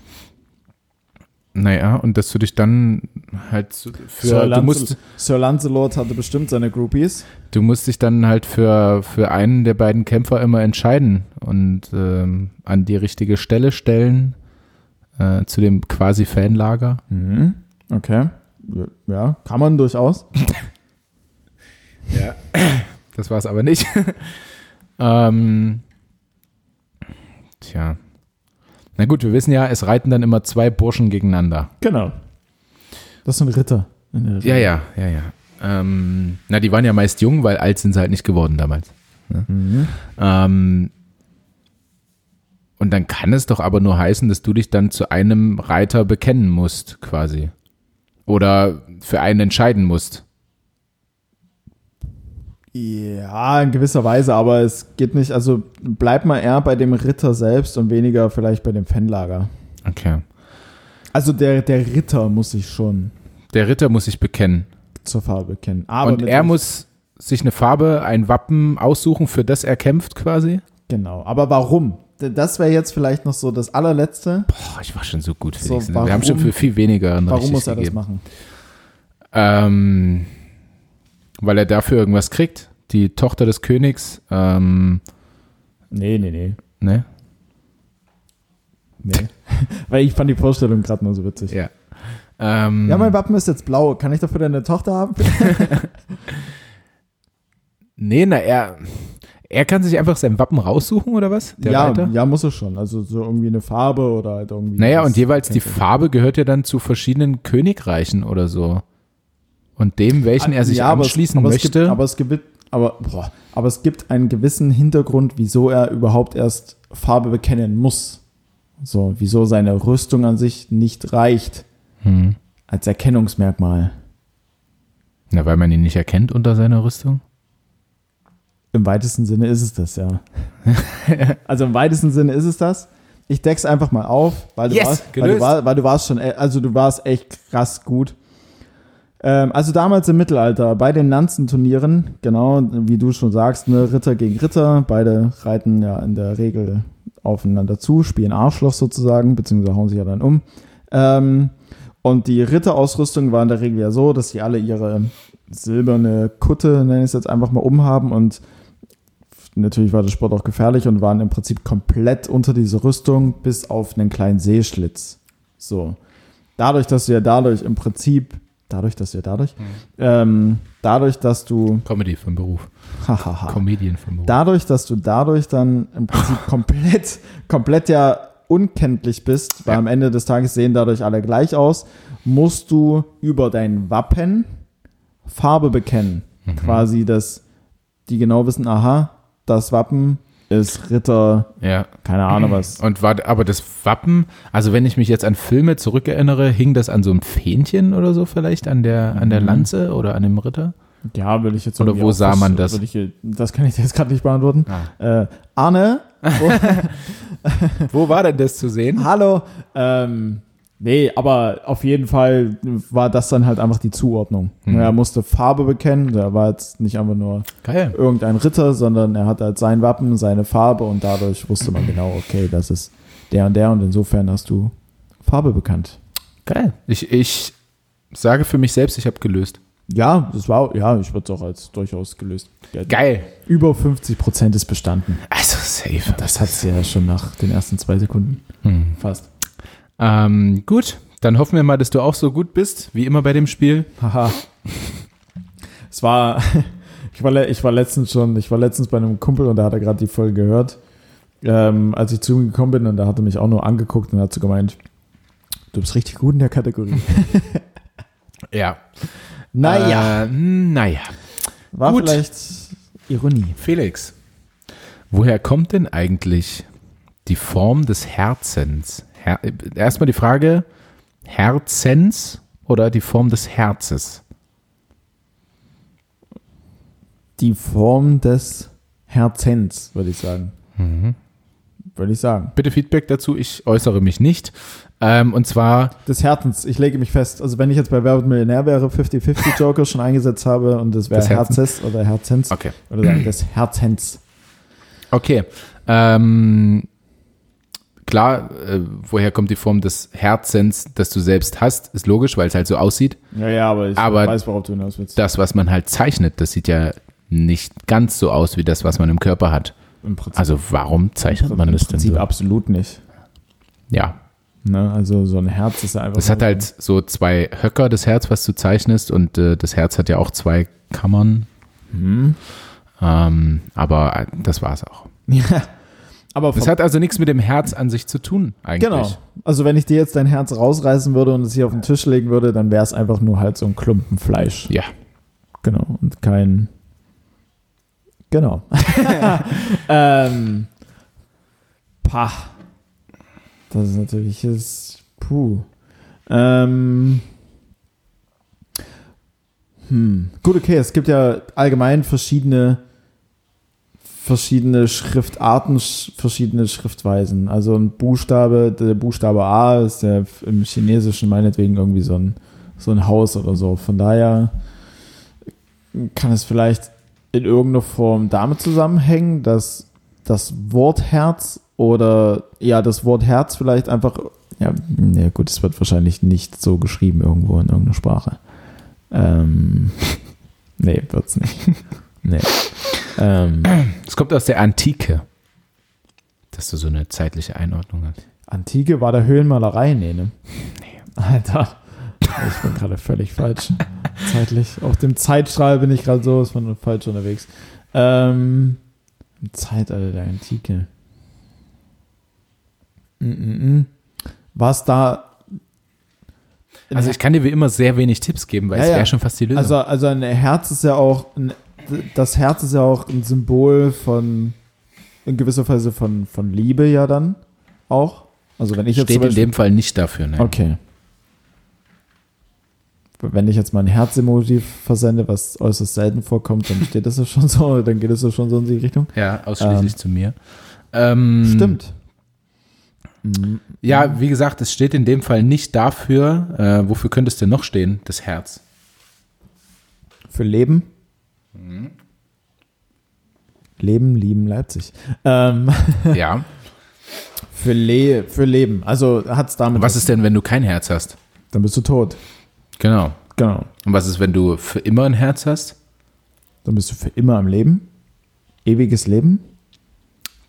S2: Naja, und dass du dich dann halt so
S1: Sir,
S2: für, du
S1: Lancel
S2: musst,
S1: Sir Lancelot hatte bestimmt seine Groupies.
S2: du musst dich dann halt für, für einen der beiden Kämpfer immer entscheiden und ähm, an die richtige Stelle stellen äh, zu dem quasi Fanlager.
S1: Okay. Ja, kann man durchaus.
S2: Ja. Das war es aber nicht. <laughs> ähm, tja. Na gut, wir wissen ja, es reiten dann immer zwei Burschen gegeneinander.
S1: Genau. Das sind Ritter.
S2: Ja, ja, ja, ja. Ähm, na, die waren ja meist jung, weil alt sind sie halt nicht geworden damals. Ne? Ähm, und dann kann es doch aber nur heißen, dass du dich dann zu einem Reiter bekennen musst, quasi. Oder für einen entscheiden musst.
S1: Ja, in gewisser Weise, aber es geht nicht. Also bleib mal eher bei dem Ritter selbst und weniger vielleicht bei dem Fanlager.
S2: Okay.
S1: Also der, der Ritter muss sich schon
S2: Der Ritter muss sich bekennen.
S1: zur Farbe kennen. Aber
S2: und
S1: mit-
S2: er muss sich eine Farbe, ein Wappen aussuchen, für das er kämpft, quasi.
S1: Genau. Aber warum? D- Das wäre jetzt vielleicht noch so das allerletzte.
S2: Boah, ich war schon so gut,
S1: So,
S2: Felix. ne? Wir haben schon
S1: warum-
S2: für viel weniger.
S1: Warum muss er das machen?
S2: Ähm, weil er dafür irgendwas kriegt. Die Tochter des Königs, ähm,
S1: Nee, nee, nee.
S2: ne?
S1: nee. <laughs> Weil ich fand die Vorstellung gerade nur so witzig.
S2: Ja. Ähm,
S1: Ja, mein Wappen ist jetzt blau. Kann ich dafür deine Tochter haben?
S2: nee, na, er, er kann sich einfach sein Wappen raussuchen oder was? Der
S1: ja,
S2: Reiter?
S1: ja, muss es schon. Also so irgendwie eine Farbe oder halt irgendwie.
S2: Naja,
S1: was.
S2: und jeweils die Farbe gehört ja dann zu verschiedenen Königreichen oder so. Und dem, welchen er sich
S1: Ah, Ja, aber es-
S2: anschließen
S1: aber
S2: möchte.
S1: Es gibt, aber, es gibt, aber, boah, aber es gibt einen gewissen Hintergrund, wieso er überhaupt erst Farbe bekennen muss. So, wieso seine Rüstung an sich nicht reicht
S2: Hm.
S1: als Erkennungsmerkmal.
S2: Na, weil man ihn nicht erkennt unter seiner Rüstung?
S1: Im weitesten Sinne ist es das, ja. <laughs> also im weitesten Sinne ist es das. Ich deck's einfach mal auf, weil du,
S2: Yes,
S1: warst, weil du,
S2: gelöst.
S1: war, weil du warst schon, e- also du warst echt krass gut. Ähm, also damals im Mittelalter, bei den Lanzenturnieren, genau wie du schon sagst, ne, Ritter gegen Ritter, beide reiten ja in der Regel aufeinander zu, spielen Arschloch sozusagen, beziehungsweise hauen sich ja dann um. Ähm, und die Ritterausrüstung war in der Regel ja so, dass die alle ihre silberne Kutte, nenne ich es jetzt einfach mal, umhaben und natürlich war der Sport auch gefährlich und waren im Prinzip komplett unter dieser Rüstung bis auf einen kleinen Seeschlitz. So. Dadurch, dass du ja dadurch im Prinzip, dadurch, dass du ja dadurch, ähm, dadurch, dass du, <laughs>
S2: Comedy von Beruf.
S1: hahaha,
S2: Comedian von Beruf.
S1: dadurch, dass du dadurch dann im <laughs> Prinzip komplett, komplett ja unkenntlich bist, weil
S2: Ja.
S1: am Ende des Tages sehen dadurch alle gleich aus, musst du über dein Wappen Farbe bekennen. Quasi, dass die genau wissen, aha, das Wappen ist Ritter,
S2: ja.
S1: keine Ahnung was.
S2: Und war, aber das Wappen, also wenn ich mich jetzt an Filme zurückerinnere, hing das an so einem Fähnchen oder so vielleicht, an der, an der Lanze oder an dem Ritter?
S1: Ja, würde ich jetzt
S2: Oder
S1: irgendwie
S2: wo
S1: auch-
S2: sah man das? Ah.
S1: würde Ich, hier- das kann ich dir jetzt gerade nicht beantworten. Äh, Arne,
S2: Wo war denn das zu sehen?
S1: hallo. Ähm, nee, aber auf jeden Fall war das dann halt einfach die Zuordnung. Er musste Farbe bekennen, der war jetzt nicht einfach nur
S2: Geil.
S1: irgendein Ritter, sondern er hat halt sein Wappen, seine Farbe und dadurch wusste man genau, okay, das ist der und der und insofern hast du Farbe bekannt.
S2: Geil. Ich, ich sage für mich selbst, ich habe gelöst.
S1: Ja, das war, ja, ich würde es auch als durchaus gelöst. gelten.
S2: Geil.
S1: Über 50 Prozent ist bestanden.
S2: Also safe.
S1: Das hat sie ja schon nach den ersten zwei Sekunden. Fast.
S2: Ähm, gut, dann hoffen wir mal, dass du auch so gut bist, wie immer bei dem Spiel.
S1: Haha. es war, <laughs> ich war, le- ich war letztens schon, ich war letztens bei einem Kumpel und da hat er gerade die Folge gehört, ähm, als ich zu ihm gekommen bin und da hat er mich auch nur angeguckt und hat so gemeint, du bist richtig gut in der Kategorie.
S2: Ja.
S1: naja,
S2: Äh, <laughs> naja.
S1: war
S2: gut.
S1: vielleicht Ironie.
S2: Felix, woher kommt denn eigentlich die Form des Herzens? Her Erstmal die Frage, Herzens oder die Form des Herzes?
S1: Die Form des Herzens, würde ich sagen.
S2: Mhm.
S1: Würde ich sagen.
S2: Bitte Feedback dazu, ich äußere mich nicht. Ähm, und zwar,
S1: Des Herzens, ich lege mich fest. Also wenn ich jetzt bei Wer wird Millionär wäre, 50-50 Joker schon eingesetzt habe und es wäre
S2: Des Herzens.
S1: Herzes oder Herzens,
S2: okay,
S1: würde sagen, des Herzens.
S2: okay. Ähm, klar, äh, woher kommt die Form des Herzens, das du selbst hast, ist logisch, weil es halt so aussieht.
S1: Ja, ja, aber ich
S2: Aber
S1: weiß, worauf du hinaus willst.
S2: das, was man halt zeichnet, das sieht ja nicht ganz so aus wie das, was man im Körper hat.
S1: Im Prinzip,
S2: Also warum zeichnet man das
S1: im
S2: denn
S1: Prinzip
S2: so?
S1: absolut nicht.
S2: Ja,
S1: Ne? Also so ein Herz ist ja einfach.
S2: das hat halt so zwei Höcker, das Herz, was du zeichnest, und äh, das Herz hat ja auch zwei Kammern.
S1: Mhm.
S2: Ähm, aber äh, das war's auch.
S1: Ja. Aber
S2: Das
S1: vom-
S2: hat also nichts mit dem Herz an sich zu tun, eigentlich.
S1: genau. Also wenn ich dir jetzt dein Herz rausreißen würde und es hier auf den Tisch legen würde, dann wäre es einfach nur halt so ein Klumpen Fleisch.
S2: Ja.
S1: Genau. Und kein. Genau. <laughs> ähm. Pah. Das ist natürlich ist. Puh. Ähm. Hm. Gut, okay, es gibt ja allgemein verschiedene verschiedene Schriftarten, sch verschiedene Schriftweisen. Also ein Buchstabe, der Buchstabe A ist ja im Chinesischen meinetwegen irgendwie so ein, so ein Haus oder so. Von daher kann es vielleicht in irgendeiner Form damit zusammenhängen, dass das Wort Herz oder ja, das Wort Herz vielleicht einfach, ja, nee, gut, es wird wahrscheinlich nicht so geschrieben irgendwo in irgendeiner Sprache. Ähm, <laughs> nee, wird's nicht. Nee. Ähm,
S2: Es kommt aus der Antike, dass du so eine zeitliche Einordnung hast.
S1: Antike war der Höhlenmalerei, nee, ne? Alter. Ich bin gerade völlig
S2: <laughs>
S1: falsch. Zeitlich. Auf dem Zeitstrahl bin ich gerade so, ist man falsch unterwegs. Ähm, im Zeitalter der Antike. Mm -mm -mm. Was da.
S2: Also ich kann dir wie immer sehr wenig Tipps geben, weil
S1: Ja,
S2: es wäre
S1: ja.
S2: schon fast die Lösung.
S1: Also, also ein Herz ist ja auch, ein, das Herz ist ja auch ein Symbol von, in gewisser Weise von, von Liebe ja dann auch. Also wenn ich jetzt
S2: Steht
S1: zum
S2: in
S1: Beispiel,
S2: dem Fall nicht dafür, ne? nein.
S1: Okay. Wenn ich jetzt mein Herz-Emoji versende, was äußerst selten vorkommt, dann steht das ja schon so, dann geht es ja schon so in die Richtung.
S2: Ja, ausschließlich zu mir. Ähm,
S1: Stimmt.
S2: Ja, wie gesagt, es steht in dem Fall nicht dafür. Äh, wofür könnte es denn noch stehen? Das Herz.
S1: Für Leben.
S2: Mhm.
S1: Leben, lieben Leipzig. Ähm,
S2: Ja.
S1: für, Le für Leben. Also hat es damit.
S2: Was ist denn, wenn du kein Herz hast?
S1: Dann bist du tot.
S2: Genau.
S1: Genau.
S2: Und was ist, wenn du für immer ein Herz hast?
S1: Dann bist du für immer am Leben. Ewiges Leben.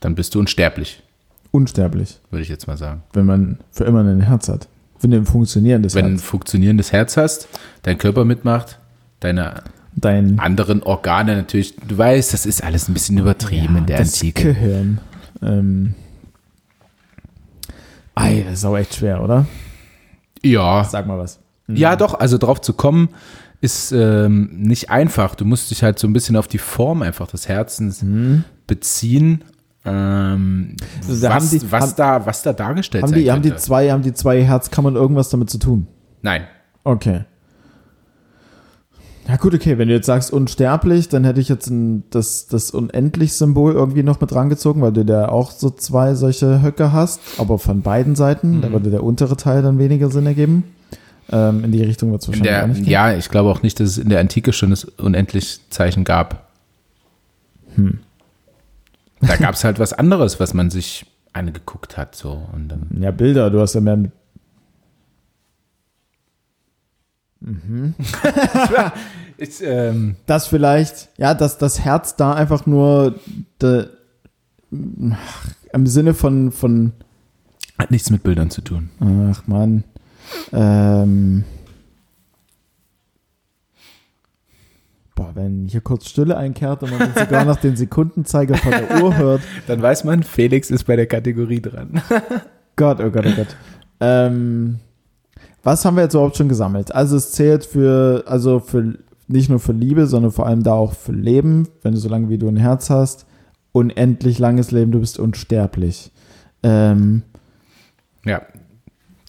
S2: Dann bist du unsterblich,
S1: Unsterblich.
S2: würde ich jetzt mal sagen.
S1: Wenn man für immer ein Herz hat. Wenn du ein funktionierendes
S2: Wenn du ein
S1: Herz.
S2: funktionierendes Herz hast, dein Körper mitmacht, deine
S1: Dein
S2: anderen Organe natürlich. Du weißt, das ist alles ein bisschen übertrieben in der
S1: das
S2: Antike.
S1: Gehirn. Ähm. Ei, das ist auch echt schwer, oder?
S2: Ja.
S1: Sag mal was.
S2: Ja, doch, also drauf zu kommen ist ähm, nicht einfach. Du musst dich halt so ein bisschen auf die Form einfach des Herzens beziehen. Ähm,
S1: Mhm. Also da
S2: was,
S1: haben die-
S2: was,
S1: haben-
S2: da, was da dargestellt
S1: Haben
S2: sein
S1: die, haben die
S2: könnte.
S1: zwei, haben die zwei Herzkammern irgendwas damit zu tun?
S2: Nein.
S1: Okay. Ja gut, okay, wenn du jetzt sagst unsterblich, dann hätte ich jetzt ein, das, das Unendlich-Symbol irgendwie noch mit rangezogen, weil du da auch so zwei solche Höcke hast, aber von beiden Seiten, da würde der untere Teil dann weniger Sinn ergeben. Ähm, in die Richtung wird es
S2: In
S1: wahrscheinlich auch
S2: der,
S1: nicht gehen.
S2: ja, ich glaube auch nicht, dass es in der Antike schon das Unendlich-Zeichen gab. Hm. Da gab es halt was anderes, was man sich angeguckt hat. So. Und dann,
S1: Ja, Bilder, du hast ja mehr mit
S2: ich, ähm,
S1: dass vielleicht, ja, dass das Herz da einfach nur de, ach, im Sinne von, von,
S2: hat nichts mit Bildern zu tun.
S1: ach man, ähm, boah, wenn hier kurz Stille einkehrt und man dann sogar noch den Sekundenzeiger von der Uhr hört,
S2: Dann weiß man, Felix ist bei der Kategorie dran.
S1: Gott, oh Gott, oh Gott. Ähm, was haben wir jetzt überhaupt schon gesammelt? Also es zählt für, also für nicht nur für Liebe, sondern vor allem da auch für Leben, wenn du so lange wie du ein Herz hast, unendlich langes Leben, du bist unsterblich. Ähm,
S2: Ja,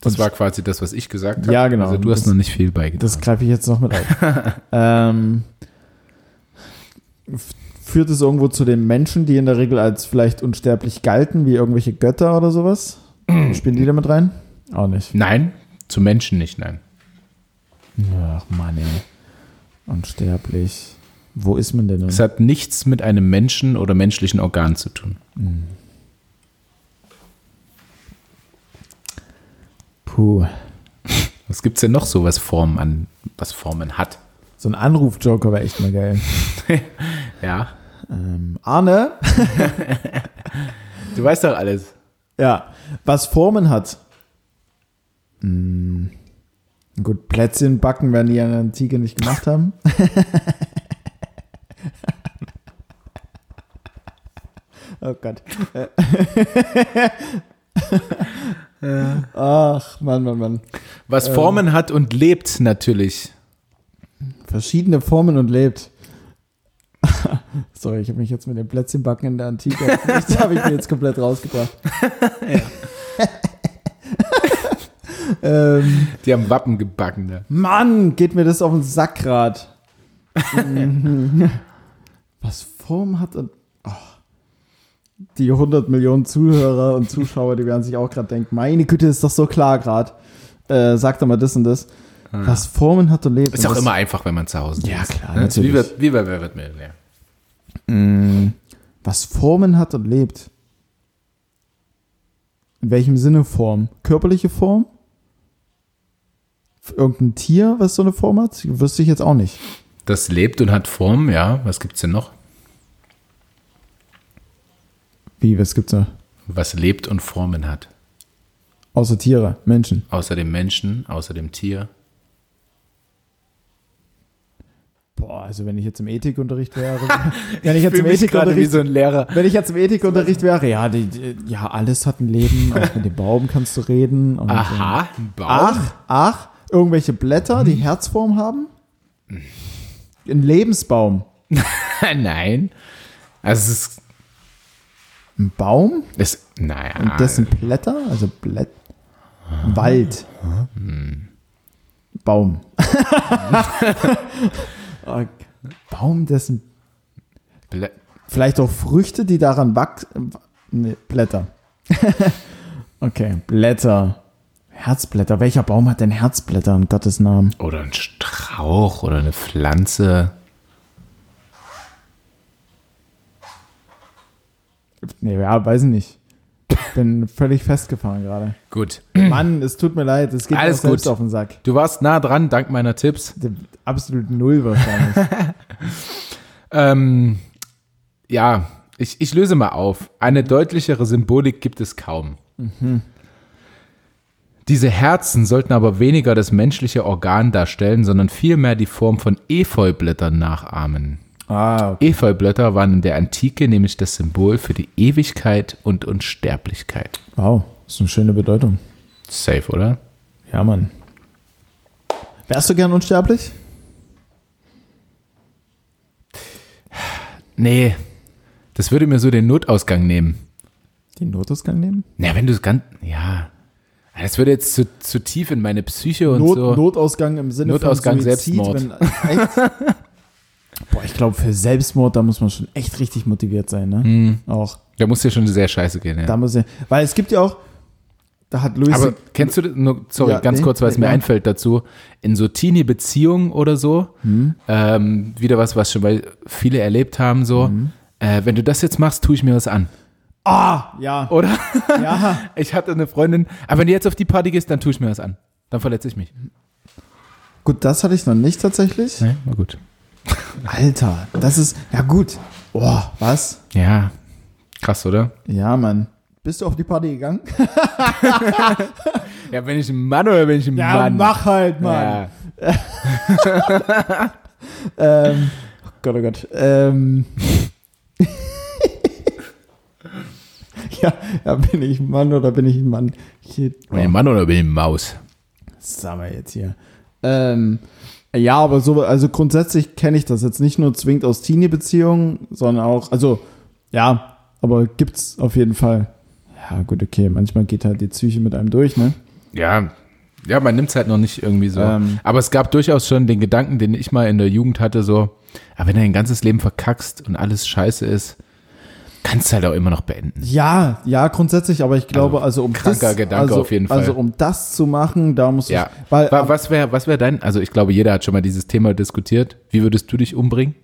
S2: das
S1: Und-
S2: war quasi das, was ich gesagt habe.
S1: Ja, genau.
S2: Also du hast
S1: Das-
S2: noch nicht viel beigetragen.
S1: das greife ich jetzt noch mit auf. ähm, f- führt es irgendwo zu den Menschen, die in der Regel als vielleicht unsterblich galten, wie irgendwelche Götter oder sowas? Spielen die damit rein? Auch nicht.
S2: nein, zu Menschen nicht, nein.
S1: Ach Mann, ey. Unsterblich. Wo ist man denn? nun?
S2: Es hat nichts mit einem Menschen oder menschlichen Organ zu tun.
S1: Puh.
S2: Was gibt's denn noch so, was Formen an, was Formen hat?
S1: So ein Anruf-Joker wäre echt mal geil.
S2: Ja.
S1: Ähm, Arne?
S2: Du weißt doch alles.
S1: Ja. Was Formen hat? Hm. Gut, Plätzchen backen werden die in der Antike nicht gemacht haben. <laughs> oh <laughs> Gott. Äh. Ach, Mann, Mann, Mann.
S2: Was
S1: Ähm.
S2: Formen hat und lebt natürlich.
S1: verschiedene Formen und lebt. <laughs> Sorry, ich habe mich jetzt mit dem Plätzchenbacken in der Antike. <laughs> Das habe ich mir jetzt komplett rausgebracht. ähm,
S2: Die haben Wappen gebacken. Ne?
S1: Mann, geht mir das auf den Sack grad. <laughs> Mhm. Was Form hat und oh. die 100 Millionen Zuhörer und Zuschauer, die werden sich auch gerade denken, meine Güte, ist doch so klar grad. Äh, sag doch mal das und das. Was Formen hat und lebt.
S2: Ah. Ist
S1: Und
S2: auch
S1: das-
S2: immer einfach, wenn man zu Hause
S1: Ja,
S2: ist.
S1: klar,
S2: Ne?
S1: natürlich.
S2: Wie bei, wie bei Wer wird Millionär?
S1: was Formen hat und lebt. In welchem Sinne Form? Körperliche Form? Irgendein Tier, was so eine Form hat? Wüsste ich jetzt auch nicht.
S2: Das lebt und hat Form, ja. Was gibt's denn noch?
S1: Wie, was gibt's da?
S2: Was lebt und Formen hat.
S1: Außer Tiere, Menschen.
S2: Außer dem Menschen, außer dem Tier.
S1: Boah, also wenn ich jetzt im Ethikunterricht
S2: <laughs>
S1: wäre. wenn ich jetzt im
S2: wie
S1: Ethikunterricht.
S2: so ein Lehrer.
S1: wenn ich jetzt im Ethikunterricht wäre, ja, die, die, ja, alles hat ein Leben, <laughs> auch mit dem Baum kannst du reden. Und, äh,
S2: Aha, ein Baum.
S1: Ach, ach, irgendwelche Blätter,
S2: Mhm.
S1: die Herzform haben? Ein Lebensbaum.
S2: <laughs> Nein. Also es ist
S1: Ein Baum
S2: Es, naja.
S1: und dessen Blätter, also Blätt Wald. Hm. <laughs> Baum. Oh, Baum, dessen
S2: Blä-
S1: Vielleicht auch Früchte, die daran wachsen. Nee, Blätter. <laughs> okay, Blätter. Herzblätter. Welcher Baum hat denn Herzblätter in Gottes Namen?
S2: Oder ein Strauch oder eine Pflanze.
S1: Nee, ja, weiß ich nicht. Ich bin völlig festgefahren <clears throat> gerade.
S2: Gut.
S1: Mann, es tut mir leid, es geht mir
S2: Alles
S1: auch selbst
S2: gut.
S1: auf den Sack.
S2: Du warst nah dran, dank meiner Tipps.
S1: Absolut null wahrscheinlich.
S2: Ähm, ja, ich, ich löse mal auf. Eine deutlichere Symbolik gibt es kaum. Diese Herzen sollten aber weniger das menschliche Organ darstellen, sondern vielmehr die Form von Efeublättern nachahmen.
S1: ah, okay.
S2: Efeublätter waren in der Antike nämlich das Symbol für die Ewigkeit und Unsterblichkeit.
S1: wow, ist eine schöne Bedeutung.
S2: Safe, oder?
S1: Ja, Mann. Wärst du gern unsterblich?
S2: Nee, das würde mir so den Notausgang nehmen.
S1: Den Notausgang nehmen?
S2: Na, wenn du es ganz. Ja. Das würde jetzt zu, zu tief in meine Psyche und
S1: Not,
S2: so.
S1: Notausgang im Sinne
S2: Notausgang,
S1: von Suizid,
S2: Selbstmord.
S1: Wenn, echt? <laughs> Boah, ich glaube, für Selbstmord, da muss man schon echt richtig motiviert sein, ne? Auch.
S2: Da muss dir schon sehr scheiße gehen,
S1: Da
S2: ja.
S1: muss ja, weil es gibt ja auch, da hat Luis.
S2: Aber kennst du, das- nur, sorry,
S1: Ja,
S2: ganz
S1: nee,
S2: kurz, weil es
S1: nee,
S2: mir
S1: ja.
S2: einfällt dazu, in so Teenie-Beziehungen oder so,
S1: Mhm.
S2: ähm, wieder was, was schon mal viele erlebt haben, so,
S1: Mhm.
S2: äh, wenn du das jetzt machst, tue ich mir was an, <laughs>
S1: ah, ja,
S2: oder?
S1: ja.
S2: Ich hatte eine Freundin, aber wenn du jetzt auf die Party gehst, dann tue ich mir was an. Dann verletze ich mich.
S1: Gut, das hatte ich noch nicht tatsächlich.
S2: Nee, na gut.
S1: Alter, das ist, ja gut. Boah, was?
S2: Ja, krass, oder?
S1: Ja, Mann. Bist du auf die Party gegangen?
S2: Ja, bin ich ein Mann oder bin ich ein Mann?
S1: halt,
S2: Ja.
S1: Ähm, <laughs> oh Gott, oh Gott. Ähm, <laughs> ja, ja, bin ich ein Mann oder bin ich ein Mann? Hier,
S2: Bin ich ein Mann oder bin ich eine Maus?
S1: sagen wir jetzt hier. Ähm, ja, aber so, also grundsätzlich kenne ich das jetzt nicht nur zwingend aus Teenie-Beziehungen, sondern auch, also, ja, aber gibt's auf jeden Fall. Ja, gut, okay, manchmal geht halt die Psyche mit einem durch, ne?
S2: Ja, ja, man nimmt es halt noch nicht irgendwie so.
S1: Ähm.
S2: Aber es gab durchaus schon den Gedanken, den ich mal in der Jugend hatte, so, aber wenn du dein ganzes Leben verkackst und alles scheiße ist, kannst du halt auch immer noch beenden.
S1: Ja, ja, grundsätzlich, aber ich glaube, also, um
S2: kranker
S1: das,
S2: Gedanke
S1: also,
S2: auf jeden Fall.
S1: Also um das zu machen, da muss
S2: Ja. ähm,
S1: ich, weil,
S2: Wa- was wäre was wär dein, also ich glaube, jeder hat schon mal dieses Thema diskutiert. Wie würdest du dich umbringen?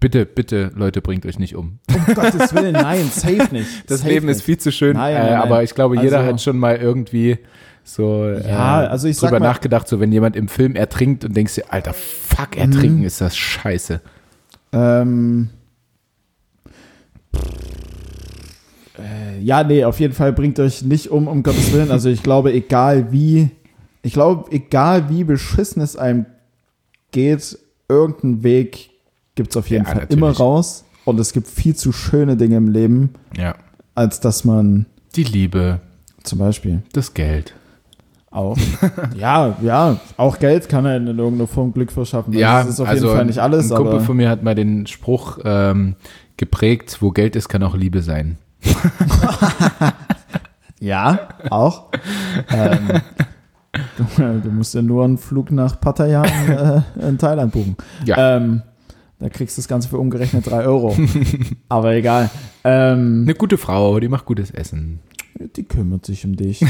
S2: Bitte, bitte, Leute, bringt euch nicht um.
S1: Gottes Willen, nein, safe nicht.
S2: Das
S1: safe
S2: Leben
S1: nicht.
S2: ist viel zu schön,
S1: Nein, nein,
S2: äh,
S1: nein.
S2: aber ich glaube, jeder
S1: Also-
S2: hat schon mal irgendwie so
S1: Ja,
S2: äh,
S1: also ich sag
S2: drüber
S1: mal-
S2: nachgedacht, so wenn jemand im Film ertrinkt und denkst dir, alter Fuck, ertrinken
S1: Mhm.
S2: ist das scheiße.
S1: Ähm, äh, ja, nee, auf jeden Fall bringt euch nicht um, um Gottes Willen. Also ich glaube, egal wie, ich glaube, egal wie beschissen es einem geht, irgendeinen Weg gibt es auf jeden
S2: Ja,
S1: Fall
S2: natürlich.
S1: immer raus. Und es gibt viel zu schöne Dinge im Leben,
S2: Ja.
S1: als dass man
S2: Die Liebe,
S1: zum Beispiel
S2: das Geld. <laughs>
S1: auch. ja, ja, auch Geld kann einem in irgendeiner Form Glück verschaffen. das Also, ist auf jeden Fall nicht alles,
S2: also Ein Kumpel
S1: aber.
S2: von mir hat mal den Spruch ähm, geprägt, wo Geld ist, kann auch Liebe sein.
S1: Ja, auch. ähm, du, du musst ja nur einen Flug nach Pattaya in, äh, in Thailand buchen.
S2: Ja.
S1: Ähm, da kriegst du das Ganze für umgerechnet 3 Euro. Aber egal. Ähm,
S2: Eine gute Frau, die macht gutes Essen.
S1: die kümmert sich um dich.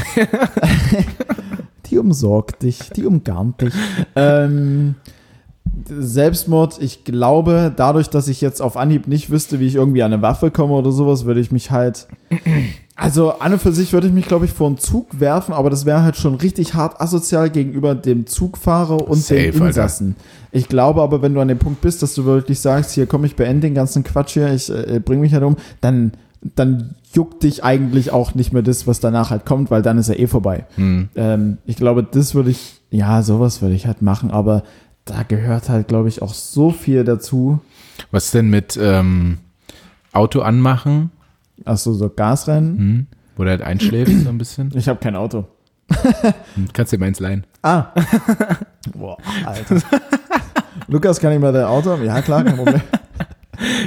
S1: die umsorgt dich, die umgarnt
S2: <laughs>
S1: dich. Ähm, Selbstmord, ich glaube, dadurch, dass ich jetzt auf Anhieb nicht wüsste, wie ich irgendwie an eine Waffe komme oder sowas, würde ich mich halt. Also an und für sich würde ich mich, glaube ich, vor einen Zug werfen, aber das wäre halt schon richtig hart asozial gegenüber dem Zugfahrer und
S2: Safe,
S1: den
S2: Alter.
S1: Insassen. Ich glaube aber, wenn du an dem Punkt bist, dass du wirklich sagst, hier komm, ich beende den ganzen Quatsch hier, ich äh, bring mich halt um, dann, dann juckt dich eigentlich auch nicht mehr das, was danach halt kommt, weil dann ist ja eh vorbei. Ähm, ich glaube, das würde ich, ja, sowas würde ich halt machen, aber da gehört halt, glaube ich, auch so viel dazu.
S2: Was denn mit ähm, Auto anmachen,
S1: Achso, so Gas rein.
S2: hm? wo der halt einschläft so ein
S1: <clears throat>
S2: bisschen?
S1: Ich habe kein Auto.
S2: Kannst dir meins leihen.
S1: Ah. <laughs> Boah, Alter. Lukas, kann ich mal dein Auto haben? Ja, klar, kein Problem.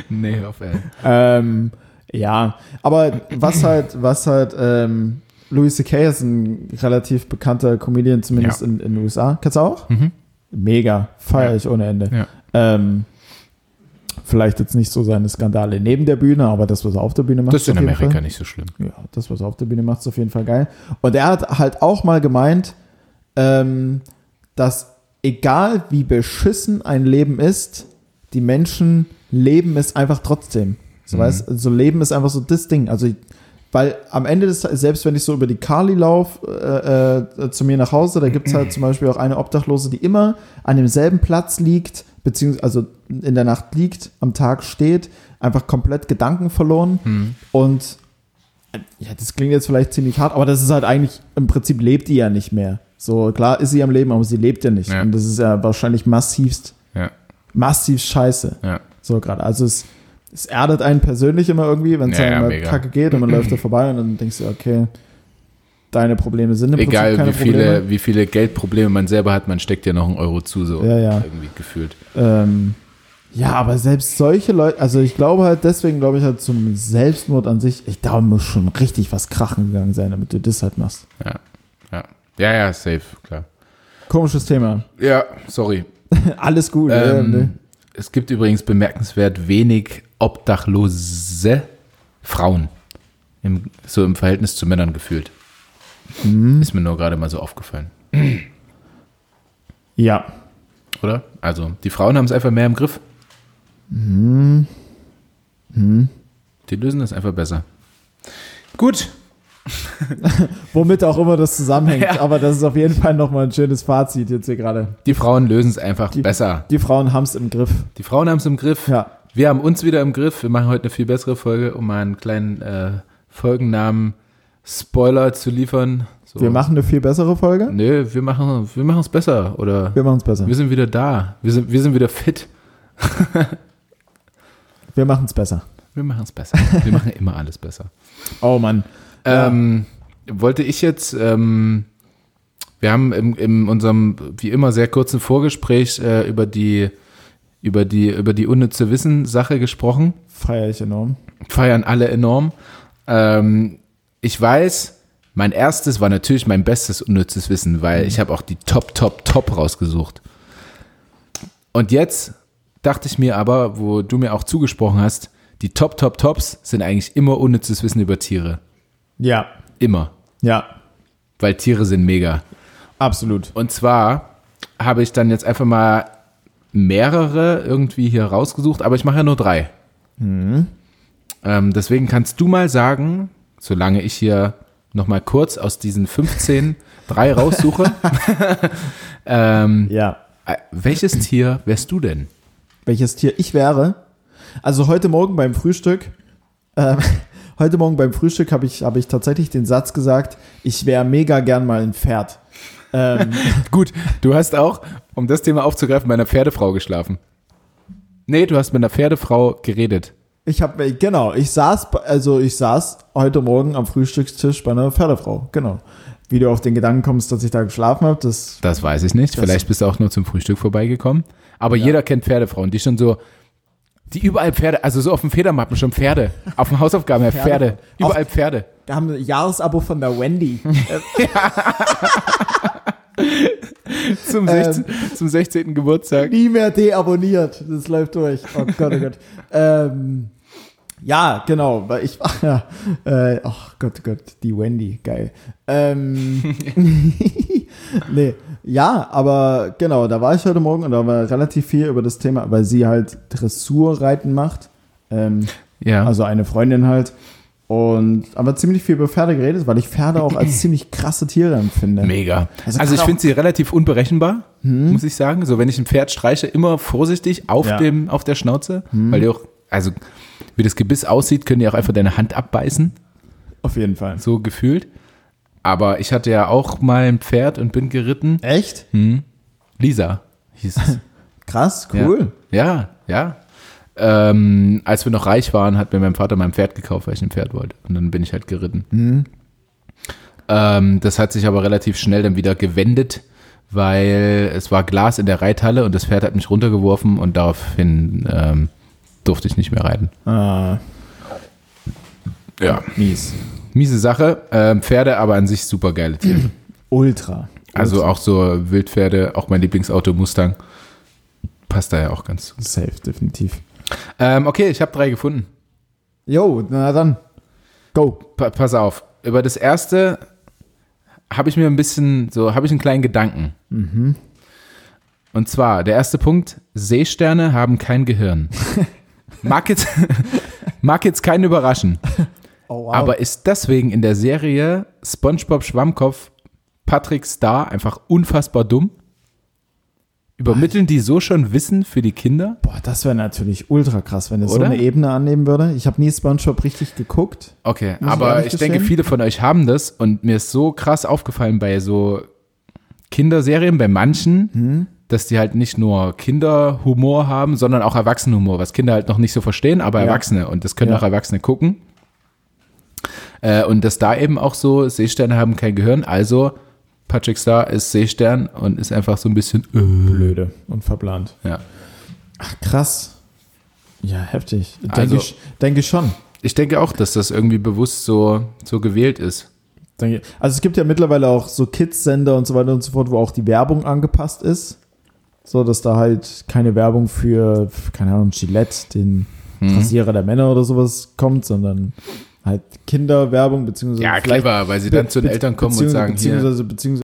S2: Nee, auf ey.
S1: ähm, Ja, aber was halt, was halt, ähm, Louis C.K. ist ein relativ bekannter Comedian, zumindest
S2: Ja.
S1: in, in den USA. Kennst du auch?
S2: Mhm.
S1: Mega, feiere ich ohne Ende.
S2: Ja.
S1: Ähm, vielleicht jetzt nicht so seine Skandale neben der Bühne, aber das, was er auf der Bühne macht.
S2: Das ist in
S1: auf jeden
S2: Amerika
S1: Fall.
S2: nicht so schlimm.
S1: Ja, das, was er auf der Bühne macht, ist auf jeden Fall geil. Und er hat halt auch mal gemeint, ähm, dass egal wie beschissen ein Leben ist, die Menschen leben es einfach trotzdem. So, weißt, so Leben ist einfach so das Ding. Also, weil am Ende des selbst wenn ich so über die Kali laufe, äh, äh, zu mir nach Hause, da gibt es halt zum Beispiel auch eine Obdachlose, die immer an demselben Platz liegt, beziehungsweise also in der Nacht liegt, am Tag steht, einfach komplett Gedanken verloren und äh, ja, das klingt jetzt vielleicht ziemlich hart, aber das ist halt eigentlich, im Prinzip lebt die ja nicht mehr. So, klar ist sie am Leben, aber sie lebt ja nicht.
S2: Ja.
S1: Und das ist ja wahrscheinlich massivst,
S2: Ja,
S1: massiv scheiße.
S2: ja.
S1: So gerade. Also es, es erdet einen persönlich immer irgendwie, wenn es
S2: Ja, ja,
S1: einem mal
S2: mega.
S1: kacke geht und man
S2: <clears throat>
S1: läuft da vorbei und dann denkst du, okay, deine Probleme sind im Prinzip
S2: Egal
S1: keine
S2: wie
S1: Probleme.
S2: viele, wie viele Geldprobleme man selber hat, man steckt ja noch einen Euro zu, so
S1: Ja, ja.
S2: irgendwie gefühlt.
S1: Ähm, ja, aber selbst solche Leute, also ich glaube halt, deswegen glaube ich halt zum Selbstmord an sich, ich da muss schon richtig was krachen gegangen sein, damit du das halt machst.
S2: Ja, ja. Ja, ja, safe, klar.
S1: Komisches Thema.
S2: Ja, sorry.
S1: <laughs> Alles gut. ja,
S2: Ähm,
S1: ne?
S2: Es gibt übrigens bemerkenswert wenig obdachlose Frauen. Im, so im Verhältnis zu Männern gefühlt.
S1: Mhm.
S2: Ist mir nur gerade mal so aufgefallen.
S1: ja.
S2: Oder? Also, die Frauen haben es einfach mehr im Griff.
S1: Mhm.
S2: Die lösen das einfach besser. Gut.
S1: Womit auch immer das zusammenhängt.
S2: Ja.
S1: Aber das ist auf jeden Fall nochmal ein schönes Fazit jetzt hier gerade.
S2: Die Frauen lösen es einfach besser.
S1: Die Frauen haben es im Griff.
S2: Die Frauen haben es im Griff.
S1: Ja.
S2: Wir haben uns wieder im Griff. Wir machen heute eine viel bessere Folge, um mal einen kleinen äh, Folgennamen Spoiler zu liefern. So.
S1: Wir machen eine viel bessere Folge.
S2: Nö, wir machen wir machen es besser oder
S1: Wir machen es besser.
S2: wir sind wieder da. Wir sind wir sind wieder fit.
S1: Wir machen es besser.
S2: Wir machen es besser. Wir machen immer alles besser.
S1: Oh Mann. Ja.
S2: Ähm, wollte ich jetzt, ähm, wir haben im, in unserem wie immer sehr kurzen Vorgespräch äh, über die über die über die unnütze Wissen Sache gesprochen.
S1: Feier ich enorm.
S2: Feiern alle enorm. Ähm, ich weiß, mein erstes war natürlich mein bestes unnützes Wissen, weil ich habe auch die Top Top Top rausgesucht. Und jetzt dachte ich mir aber, wo du mir auch zugesprochen hast, die Top Top Tops sind eigentlich immer unnützes Wissen über Tiere,
S1: Ja.
S2: immer,
S1: Ja.
S2: weil Tiere sind mega.
S1: Absolut.
S2: Und zwar habe ich dann jetzt einfach mal mehrere irgendwie hier rausgesucht, aber ich mache ja nur drei. Mhm. Ähm, deswegen kannst du mal sagen, solange ich hier nochmal kurz aus diesen <laughs> 15 drei <laughs> raussuche, ähm,
S1: Ja.
S2: äh, welches Tier wärst du denn?
S1: Welches Tier ich wäre? Also heute Morgen beim Frühstück. Ähm, <laughs> heute Morgen beim Frühstück habe ich, habe ich tatsächlich den Satz gesagt, ich wäre mega gern mal ein Pferd. Ähm,
S2: Gut, du hast auch, um das Thema aufzugreifen, bei einer Pferdefrau geschlafen. Nee, du hast mit einer Pferdefrau geredet.
S1: Ich habe genau, ich saß bei- also ich saß heute morgen am Frühstückstisch bei einer Pferdefrau. Genau. Wie du auf den Gedanken kommst, dass ich da geschlafen habe, das
S2: Das weiß ich nicht. Vielleicht bist du auch nur zum Frühstück vorbeigekommen. Aber jeder kennt Pferdefrauen, die schon so, die überall Pferde, also so auf dem Federmappen schon Pferde. Auf dem Hausaufgaben her Pferde.
S1: Pferde.
S2: Überall Pferde.
S1: da haben wir ein Jahresabo von der Wendy.
S2: Zum 16. Zum 16. Geburtstag.
S1: Nie mehr deabonniert. Das läuft durch. Oh Gott, oh Gott. Ähm, ja, genau, weil ich ja, äh, ach Gott, Gott, die Wendy, geil. Ähm, <laughs> nee, ja, aber genau, da war ich heute Morgen und da war relativ viel über das Thema, weil sie halt Dressurreiten macht. Ähm,
S2: Ja.
S1: Also eine Freundin halt. Und aber ziemlich viel über Pferde geredet, weil ich Pferde auch als ziemlich krasse Tiere empfinde.
S2: Mega. Also, Mhm.
S1: Also
S2: ich
S1: kann
S2: finde sie relativ unberechenbar, muss ich sagen. So, wenn ich ein Pferd streiche, immer vorsichtig auf,
S1: Ja.
S2: dem, auf der Schnauze, weil die auch, also wie das Gebiss aussieht, können die auch einfach deine Hand abbeißen,
S1: Auf jeden Fall.
S2: so gefühlt. Aber ich hatte ja auch mal ein Pferd und bin geritten.
S1: Echt?
S2: Lisa hieß es.
S1: Krass, cool.
S2: Ja, ja. ja. Ähm, als wir noch reich waren, hat mir mein Vater mein Pferd gekauft, weil ich ein Pferd wollte. Und dann bin ich halt geritten. Ähm, das hat sich aber relativ schnell dann wieder gewendet, weil es war Glas in der Reithalle und das Pferd hat mich runtergeworfen und daraufhin ähm, durfte ich nicht mehr reiten.
S1: Ah,
S2: Ja,
S1: Mies.
S2: miese Sache. Ähm, Pferde aber an sich super geile Tiere.
S1: Ultra.
S2: Also auch so Wildpferde, auch mein Lieblingsauto Mustang. Passt da ja auch ganz. zu.
S1: Safe, definitiv.
S2: Ähm, okay, ich habe drei gefunden.
S1: Jo, na dann. Go.
S2: Pa pass auf. Über das erste habe ich mir ein bisschen, so habe ich einen kleinen Gedanken. Und zwar, der erste Punkt, Seesterne haben kein Gehirn. Mag jetzt, <laughs> mag jetzt keinen überraschen,
S1: Oh, wow.
S2: aber ist deswegen in der Serie SpongeBob Schwammkopf Patrick Star einfach unfassbar dumm? Übermitteln die so schon Wissen für die Kinder?
S1: Boah, das wäre natürlich ultra krass, wenn es so
S2: Oder?
S1: eine Ebene annehmen würde. Ich habe nie Spongebob richtig geguckt.
S2: Okay,
S1: Muss ich
S2: aber
S1: ehrlich
S2: ich denke,
S1: gestehen.
S2: viele von euch haben das und mir ist so krass aufgefallen bei so Kinderserien, bei manchen, dass die halt nicht nur Kinderhumor haben, sondern auch Erwachsenenhumor, was Kinder halt noch nicht so verstehen, aber
S1: Ja.
S2: Erwachsene und das können
S1: Ja.
S2: auch Erwachsene gucken. Äh, und dass da eben auch so Seesterne haben kein Gehirn, also Patrick Star ist Seestern und ist einfach so ein bisschen äh,
S1: Blöde und verplant.
S2: ja.
S1: Ach, krass. Ja, heftig. Denke
S2: Also-
S1: ich, denke ich schon.
S2: Ich denke auch, dass das irgendwie bewusst so, so gewählt ist.
S1: Denke, also es gibt ja mittlerweile auch so Kids-Sender und so weiter und so fort, wo auch die Werbung angepasst ist. So, dass da halt keine Werbung für, keine Ahnung, Gillette, den
S2: Hm.
S1: Rasierer der Männer oder sowas kommt, sondern halt Kinderwerbung, beziehungsweise
S2: Ja,
S1: vielleicht
S2: clever, weil sie dann zu den Eltern kommen und
S1: beziehungs-
S2: sagen, hier,
S1: beziehungsweise, beziehungsweise